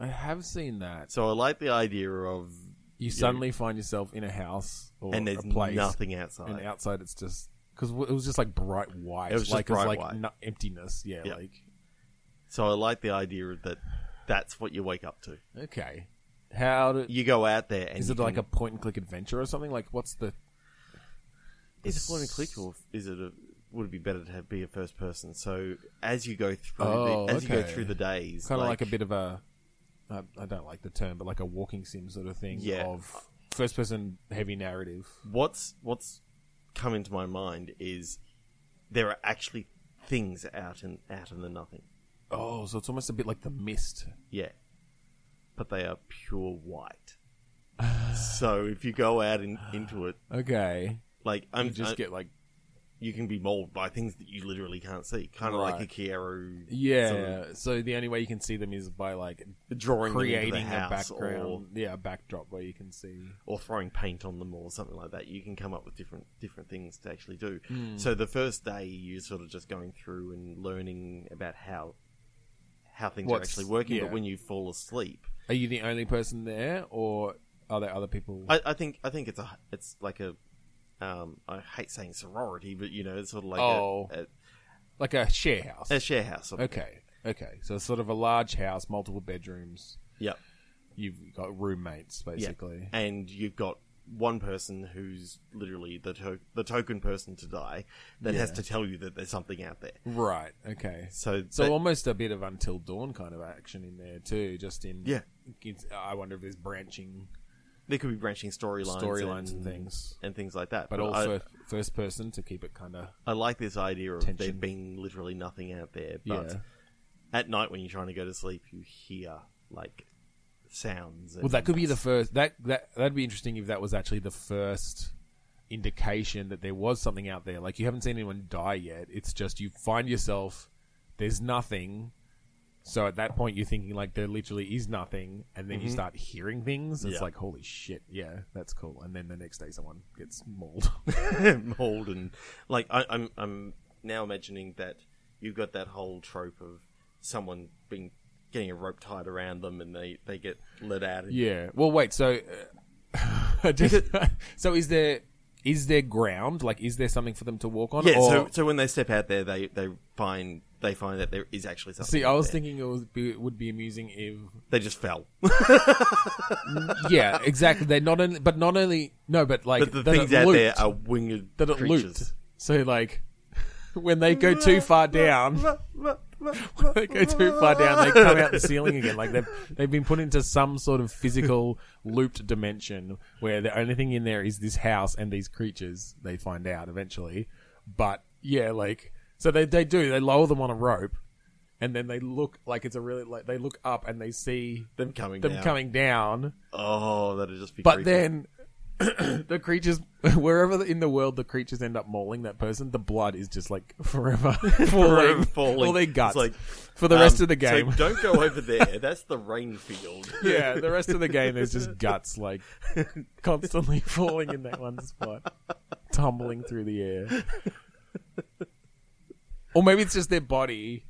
Speaker 2: I have seen that.
Speaker 1: So I like the idea of
Speaker 2: You suddenly find yourself in a house or
Speaker 1: and there's
Speaker 2: a place,
Speaker 1: nothing outside.
Speaker 2: and outside it's just because it was just like bright white.
Speaker 1: It was just
Speaker 2: like it's
Speaker 1: bright
Speaker 2: like
Speaker 1: white.
Speaker 2: no- emptiness. Yeah,
Speaker 1: Yeah.
Speaker 2: like
Speaker 1: so I like the idea of that. That's what you wake up to.
Speaker 2: okay. How do,
Speaker 1: You go out there and
Speaker 2: is
Speaker 1: you
Speaker 2: it like a
Speaker 1: can-
Speaker 2: point and click adventure or something? Like what's the
Speaker 1: is it point and click or is it a would it be better to have, be a first person? So as you go through
Speaker 2: Oh,
Speaker 1: the, as you go
Speaker 2: okay.
Speaker 1: through the days,
Speaker 2: kind of like, a bit of a I, I don't like the term, but like a walking sim sort of thing
Speaker 1: Yeah.
Speaker 2: of first person heavy narrative.
Speaker 1: what's what's come into my mind is there are actually things out in out in the nothing.
Speaker 2: Oh, so it's almost a bit like the mist.
Speaker 1: Yeah. But they are pure white. so if you go out in, into it,
Speaker 2: Okay,
Speaker 1: like I'm
Speaker 2: you just
Speaker 1: I-
Speaker 2: get like
Speaker 1: you can be mauled by things that you literally can't see. Kind of like
Speaker 2: Right.
Speaker 1: a Kiero
Speaker 2: Yeah.
Speaker 1: sort of
Speaker 2: So the only way you can see them is by like
Speaker 1: drawing them into the
Speaker 2: creating a
Speaker 1: house
Speaker 2: background,
Speaker 1: or,
Speaker 2: yeah, a backdrop where you can see.
Speaker 1: or throwing paint on them or something like that. You can come up with different different things to actually do.
Speaker 2: Hmm.
Speaker 1: So the first day you're sort of just going through and learning about how how things are
Speaker 2: What's-
Speaker 1: actually working.
Speaker 2: yeah.
Speaker 1: But when you fall asleep,
Speaker 2: Are you the only person there, or are there other people?
Speaker 1: I, I think I think it's a it's like a um, I hate saying sorority, but you know it's sort of like a-
Speaker 2: Oh.
Speaker 1: a,
Speaker 2: like a share house.
Speaker 1: a, share house. Sort of thing.
Speaker 2: okay. Okay. So it's sort of a large house, multiple bedrooms.
Speaker 1: Yep.
Speaker 2: You've got roommates,
Speaker 1: Yeah.
Speaker 2: basically.
Speaker 1: And you've got one person who's literally the to- the token person to die that has to tell you that there's something out there.
Speaker 2: Right. Okay.
Speaker 1: So
Speaker 2: So
Speaker 1: that-
Speaker 2: almost a bit of Until Dawn kind of action in there too, just in
Speaker 1: Yeah.
Speaker 2: It's, I wonder if there's branching
Speaker 1: there could be branching storylines,
Speaker 2: storylines and things,
Speaker 1: and things like that.
Speaker 2: but also
Speaker 1: I,
Speaker 2: first person to keep it kind of
Speaker 1: I like this idea of there
Speaker 2: Tension.
Speaker 1: being literally nothing out there. But
Speaker 2: yeah.
Speaker 1: at night when you're trying to go to sleep, you hear like sounds. And
Speaker 2: Well, that could be the first. That that that'd be interesting if that was actually the first indication that there was something out there. Like you haven't seen anyone die yet. It's just you find yourself there's nothing. So at that point, you're thinking like there literally is nothing, and then you start hearing things. It's
Speaker 1: Yeah.
Speaker 2: like holy shit, yeah, that's cool. And then the next day, someone gets mauled.
Speaker 1: mold and like I, I'm I'm now imagining that you've got that whole trope of someone being getting a rope tied around them and they they get let out. And
Speaker 2: yeah. Well, wait. So, uh, I just- so is there is there ground? Like, is there something for them to walk on?
Speaker 1: Yeah,
Speaker 2: or-
Speaker 1: so so when they step out there, they they find they find that there is actually something.
Speaker 2: See, I
Speaker 1: out
Speaker 2: was
Speaker 1: there.
Speaker 2: thinking it would be, would be amusing if.
Speaker 1: they just fell.
Speaker 2: yeah, exactly. They not only, but not only no, but like
Speaker 1: But the
Speaker 2: that it
Speaker 1: things out there
Speaker 2: looped.
Speaker 1: are winged
Speaker 2: that it
Speaker 1: creatures.
Speaker 2: looped. So like, when they go too far down, they go too far down, they come out the ceiling again. Like they've they've been put into some sort of physical looped dimension where the only thing in there is this house and these creatures. They find out eventually, but yeah, like so they they do they lower them on a rope. And then they look like it's a really like they look up and they see
Speaker 1: Them coming
Speaker 2: them
Speaker 1: down.
Speaker 2: coming down,
Speaker 1: Oh, that'd just be.
Speaker 2: but
Speaker 1: creepy.
Speaker 2: then the creatures, wherever in the world the creatures end up mauling that person, the blood is just like forever falling,
Speaker 1: Forever falling.
Speaker 2: all their
Speaker 1: It's
Speaker 2: guts
Speaker 1: like,
Speaker 2: for the
Speaker 1: Um,
Speaker 2: rest of the
Speaker 1: so
Speaker 2: game.
Speaker 1: don't go over there. That's the rain field.
Speaker 2: yeah, the rest of the game there's just guts like constantly falling in that one spot, tumbling through the air. Or maybe it's just their body.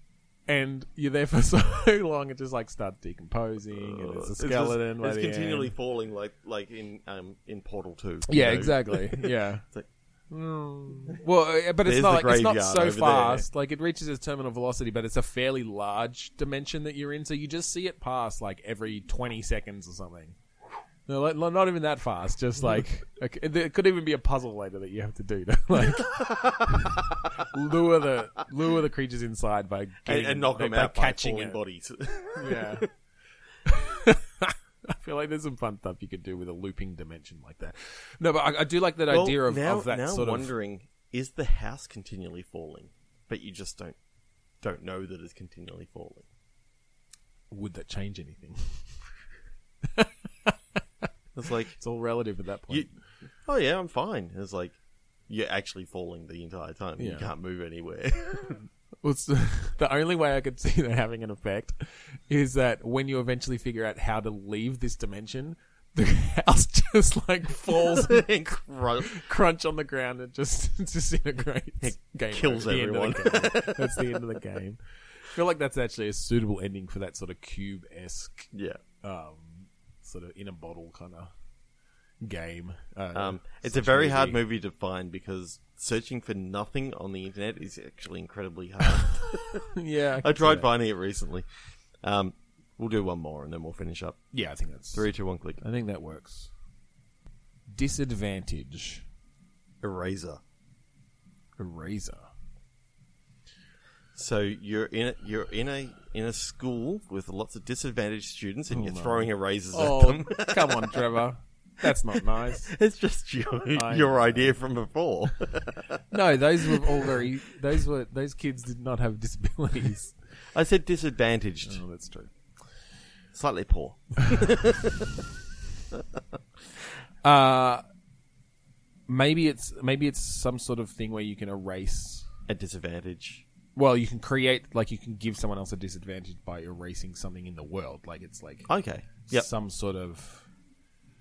Speaker 2: And you're there for so long, it just like starts decomposing, and there's a
Speaker 1: Oh, Uh, It's just-
Speaker 2: skeleton. by
Speaker 1: It's,
Speaker 2: the end.
Speaker 1: continually falling, like like in um in Portal Two.
Speaker 2: Yeah,
Speaker 1: you know?
Speaker 2: exactly. Yeah.
Speaker 1: like- hmm.
Speaker 2: well, uh, but it's
Speaker 1: There's
Speaker 2: not
Speaker 1: the
Speaker 2: like, it's not
Speaker 1: graveyard
Speaker 2: so
Speaker 1: over
Speaker 2: fast. Like it reaches its terminal velocity, but it's a fairly large dimension that you're in, so you just see it pass like every 20 seconds or something. No, like, like, not even that fast. Just like okay, there could even be a puzzle later that you have to do to like lure the lure the creatures inside by
Speaker 1: And,
Speaker 2: getting,
Speaker 1: and knock
Speaker 2: by,
Speaker 1: them out by
Speaker 2: catching
Speaker 1: falling
Speaker 2: it.
Speaker 1: bodies.
Speaker 2: Yeah. I feel like there's some fun stuff you could do with a looping dimension like that. No, but I, I do like that
Speaker 1: Well,
Speaker 2: idea of,
Speaker 1: now,
Speaker 2: of that
Speaker 1: now
Speaker 2: sort of.
Speaker 1: wondering is the house continually falling, but you just don't don't know that it's continually falling.
Speaker 2: Would that change anything?
Speaker 1: It's like
Speaker 2: It's all relative at that point.
Speaker 1: you, oh yeah, I'm fine. It's like you're actually falling the entire time. You
Speaker 2: Yeah.
Speaker 1: can't move anywhere.
Speaker 2: Well, it's- the only way I could see that having an effect is that when you eventually figure out how to leave this dimension, the house just like falls and
Speaker 1: Incredible.
Speaker 2: crunch on the ground and just disintegrates. game
Speaker 1: kills
Speaker 2: over, the end of the
Speaker 1: everyone.
Speaker 2: game. That's the end of the game. I feel like that's actually a suitable ending for that sort of cube esque
Speaker 1: Yeah.
Speaker 2: um, sort of in a bottle kind of game. Uh,
Speaker 1: Um, it's a
Speaker 2: slash
Speaker 1: very hard movie to find because searching for nothing on the internet is actually incredibly hard.
Speaker 2: yeah,
Speaker 1: I tried finding it recently. Um, we'll do one more and then we'll finish up.
Speaker 2: Yeah, I think that's.
Speaker 1: Three, two, one, click.
Speaker 2: I think that works. Disadvantage
Speaker 1: Eraser.
Speaker 2: eraser.
Speaker 1: So you're in a, you're in a in a school with lots of disadvantaged students, and you're
Speaker 2: no.
Speaker 1: throwing erasers at
Speaker 2: Oh,
Speaker 1: them.
Speaker 2: come on, Trevor. That's not nice.
Speaker 1: it's just your
Speaker 2: I
Speaker 1: your
Speaker 2: know.
Speaker 1: idea from before.
Speaker 2: No, those were all very. Those were those kids did not have disabilities.
Speaker 1: I said disadvantaged,
Speaker 2: Oh, that's true.
Speaker 1: slightly poor.
Speaker 2: Uh maybe it's maybe it's some sort of thing where you can erase
Speaker 1: A disadvantage.
Speaker 2: well, you can create like you can give someone else a disadvantage by erasing something in the world. Like it's like
Speaker 1: Okay. Yep.
Speaker 2: some sort of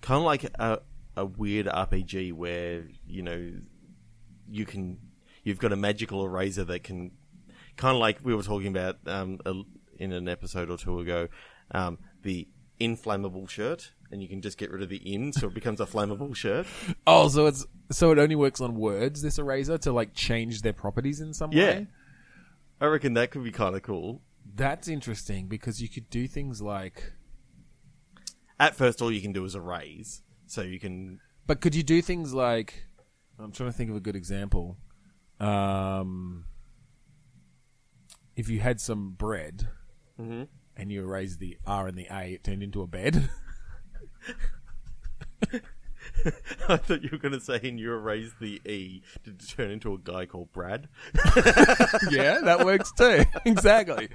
Speaker 1: kind of like a, a weird RPG where you know you can you've got a magical eraser that can kind of like we were talking about um, a, in an episode or two ago um, the inflammable shirt and you can just get rid of the in so it becomes a flammable shirt
Speaker 2: oh, so it's so it only works on words. This eraser to like change their properties in some
Speaker 1: yeah
Speaker 2: way.
Speaker 1: i reckon that could be kind of cool
Speaker 2: That's interesting because you could do things like,
Speaker 1: at first all you can do is erase so you can
Speaker 2: but could you do things like? I'm trying to think of a good example. Um, if you had some bread Mm-hmm. and you erased the R and the A, it turned into a bed.
Speaker 1: i thought you were going to say and you erase the e to turn into a guy called brad
Speaker 2: yeah, that works too. exactly.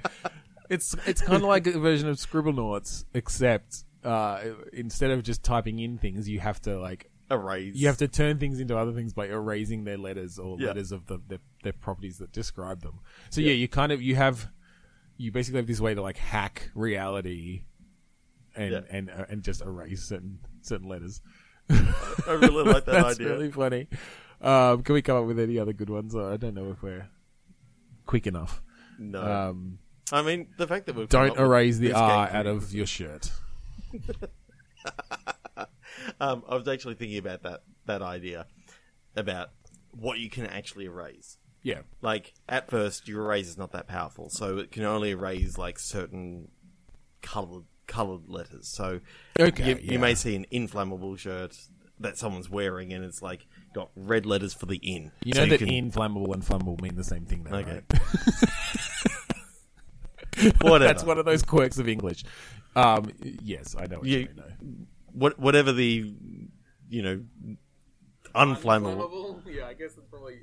Speaker 2: It's it's kind of like a version of Scribblenauts, except uh, instead of just typing in things, you have to like
Speaker 1: erase
Speaker 2: you have to turn things into other things by erasing their letters or
Speaker 1: Yeah.
Speaker 2: letters of the, their, their properties that describe them. So yeah, you kind of you have you basically have this way to like hack reality and
Speaker 1: Yeah.
Speaker 2: and uh, and just erase certain certain letters.
Speaker 1: i really like that
Speaker 2: That's
Speaker 1: idea
Speaker 2: really funny. Um, can we come up with any other good ones? I don't know if we're quick enough.
Speaker 1: No.
Speaker 2: Um,
Speaker 1: I mean, the fact that we've come
Speaker 2: Don't
Speaker 1: up with
Speaker 2: erase the
Speaker 1: this
Speaker 2: R
Speaker 1: game
Speaker 2: out of your shirt.
Speaker 1: Um, I was actually thinking about that that idea about what you can actually erase.
Speaker 2: Yeah.
Speaker 1: Like at first, your eraser's not that powerful, so it can only erase like certain colored colored letters. So
Speaker 2: Okay,
Speaker 1: you,
Speaker 2: yeah.
Speaker 1: you may see an inflammable shirt that someone's wearing, and it's like got red letters for the in.
Speaker 2: You
Speaker 1: So
Speaker 2: know that
Speaker 1: can-
Speaker 2: inflammable and flammable mean the same thing, though,
Speaker 1: Okay.
Speaker 2: right?
Speaker 1: whatever.
Speaker 2: That's one of those quirks of English. Um, yes, I know what you,
Speaker 1: You-
Speaker 2: mean. though.
Speaker 1: what whatever the you know unflammable.
Speaker 2: Yeah, I guess it's probably.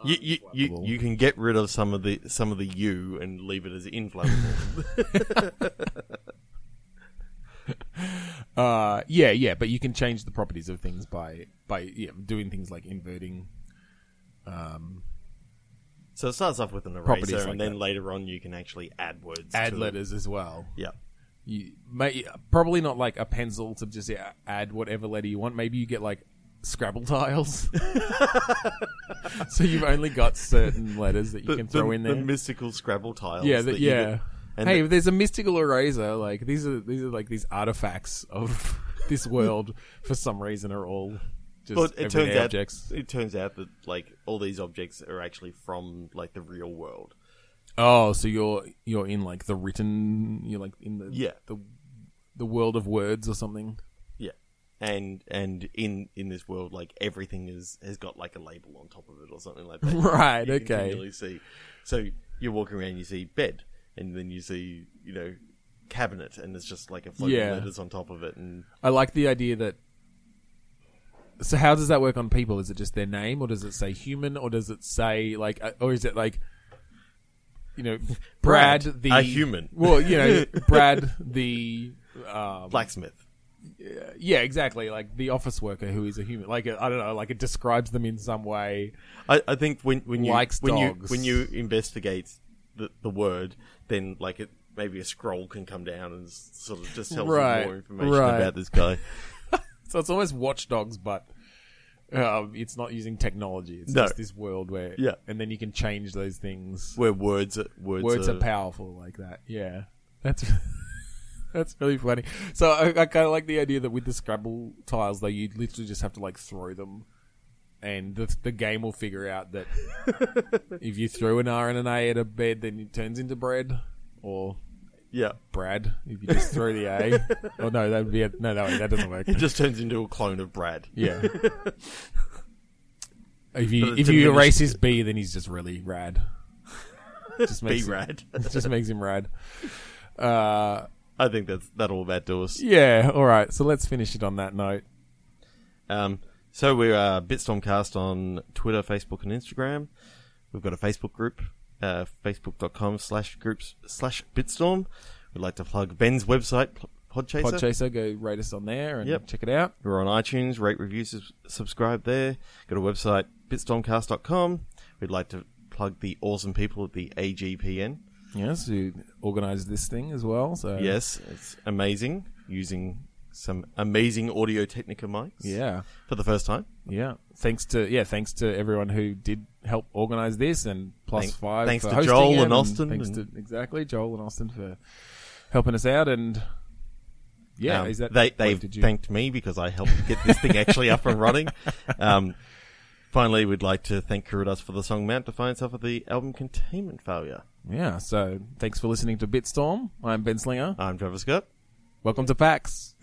Speaker 2: uh,
Speaker 1: You, you, you, you can get rid of some of the some of the U and leave it as inflammable.
Speaker 2: Uh, yeah, yeah, but you can change the properties of things by by yeah, doing things like inverting.
Speaker 1: so it starts off with an
Speaker 2: Properties
Speaker 1: eraser,
Speaker 2: like
Speaker 1: and then
Speaker 2: that.
Speaker 1: later on you can actually add words.
Speaker 2: add
Speaker 1: to it.
Speaker 2: letters as well.
Speaker 1: Yeah.
Speaker 2: You may, probably not like a pencil to just yeah, add whatever letter you want. Maybe you get like Scrabble tiles. so you've only got certain letters that you can throw in there.
Speaker 1: mystical Scrabble tiles.
Speaker 2: yeah, that,
Speaker 1: that you
Speaker 2: yeah.
Speaker 1: get- and
Speaker 2: hey,
Speaker 1: the-
Speaker 2: there's a mystical eraser. Like these are these are like these artifacts of this world. for some reason, are all just
Speaker 1: but it
Speaker 2: everyday
Speaker 1: turns out
Speaker 2: objects.
Speaker 1: it turns out that like all these objects are actually from like the real world.
Speaker 2: Oh, so you're you're in like the written. You're like in the
Speaker 1: Yeah.
Speaker 2: the the world of words or something.
Speaker 1: Yeah. And and in in this world, like everything is has got like a label on top of it or something like that.
Speaker 2: Right,
Speaker 1: You
Speaker 2: okay.
Speaker 1: continually see. So you're walking around, you see bed, and then you see you know cabinet, and it's just like a floating
Speaker 2: Yeah.
Speaker 1: letters on top of it, and
Speaker 2: I like the idea that. So how does that work on people? Is it just their name, or does it say human, or does it say like, uh, or is it like, you know, Brad,
Speaker 1: Brad,
Speaker 2: the
Speaker 1: a human.
Speaker 2: Well, you know, Brad the Um, uh,
Speaker 1: blacksmith.
Speaker 2: yeah, exactly, like the office worker who is a human. Like I I don't know, like it describes them in some way.
Speaker 1: I, I think when when you
Speaker 2: Likes
Speaker 1: when
Speaker 2: dogs.
Speaker 1: you when you investigate the the word, then like it maybe a scroll can come down and s- sort of just tells
Speaker 2: Right,
Speaker 1: you more information
Speaker 2: right.
Speaker 1: about this guy.
Speaker 2: So it's almost watchdogs, but um, it's not using technology. It's
Speaker 1: No.
Speaker 2: just this world where
Speaker 1: Yeah.
Speaker 2: and then you can change those things.
Speaker 1: Where words are, words,
Speaker 2: words
Speaker 1: are,
Speaker 2: are powerful like that. Yeah, that's that's really funny. So I, I kind of like the idea that with the Scrabble tiles, though, you literally just have to like throw them, and the the game will figure out that if you threw an R and an A at a bed, then it turns into bread or
Speaker 1: yeah.
Speaker 2: Brad. If you just throw the A, oh no, that would be a, no, no, that doesn't work.
Speaker 1: It just turns into a clone of Brad.
Speaker 2: Yeah. If you
Speaker 1: But
Speaker 2: if
Speaker 1: it's
Speaker 2: you
Speaker 1: diminished.
Speaker 2: erase his B, then he's just really rad. Just
Speaker 1: Be
Speaker 2: makes him-
Speaker 1: Brad.
Speaker 2: it just makes him rad. Uh,
Speaker 1: I think that's that'll about do us.
Speaker 2: yeah, all right. So let's finish it on that note.
Speaker 1: Um, so we're uh, Bitstormcast on Twitter, Facebook, and Instagram. We've got a Facebook group, uh, facebook.com slash groups slash Bitstorm. We'd like to plug Ben's website, P- Podchaser.
Speaker 2: Podchaser, go rate us on there and
Speaker 1: Yep.
Speaker 2: check it out.
Speaker 1: we're on iTunes, rate, review, sus- subscribe there. Got a website, bitstormcast.com. We'd like to plug the awesome people at the AGPN.
Speaker 2: Yes, who organised this thing as well. So
Speaker 1: Yes, it's amazing using some amazing Audio Technica mics
Speaker 2: yeah,
Speaker 1: for the first time.
Speaker 2: yeah. Thanks to yeah, thanks to everyone who did help organise this and plus
Speaker 1: Thank-
Speaker 2: five.
Speaker 1: thanks
Speaker 2: for
Speaker 1: to
Speaker 2: hosting
Speaker 1: Joel
Speaker 2: it,
Speaker 1: and Austin
Speaker 2: Thanks
Speaker 1: and-
Speaker 2: to exactly Joel and Austin for helping us out and yeah.
Speaker 1: Um,
Speaker 2: is that
Speaker 1: they
Speaker 2: wait,
Speaker 1: they've
Speaker 2: did you-
Speaker 1: thanked me because I helped get this thing actually up and running. Um, finally, we'd like to thank Kurudas for the song "Mount Defiance" off of the album "Containment Failure."
Speaker 2: yeah. So thanks for listening to Bitstorm. I'm Ben Slinger.
Speaker 1: I'm Travis Scott.
Speaker 2: Welcome to PAX.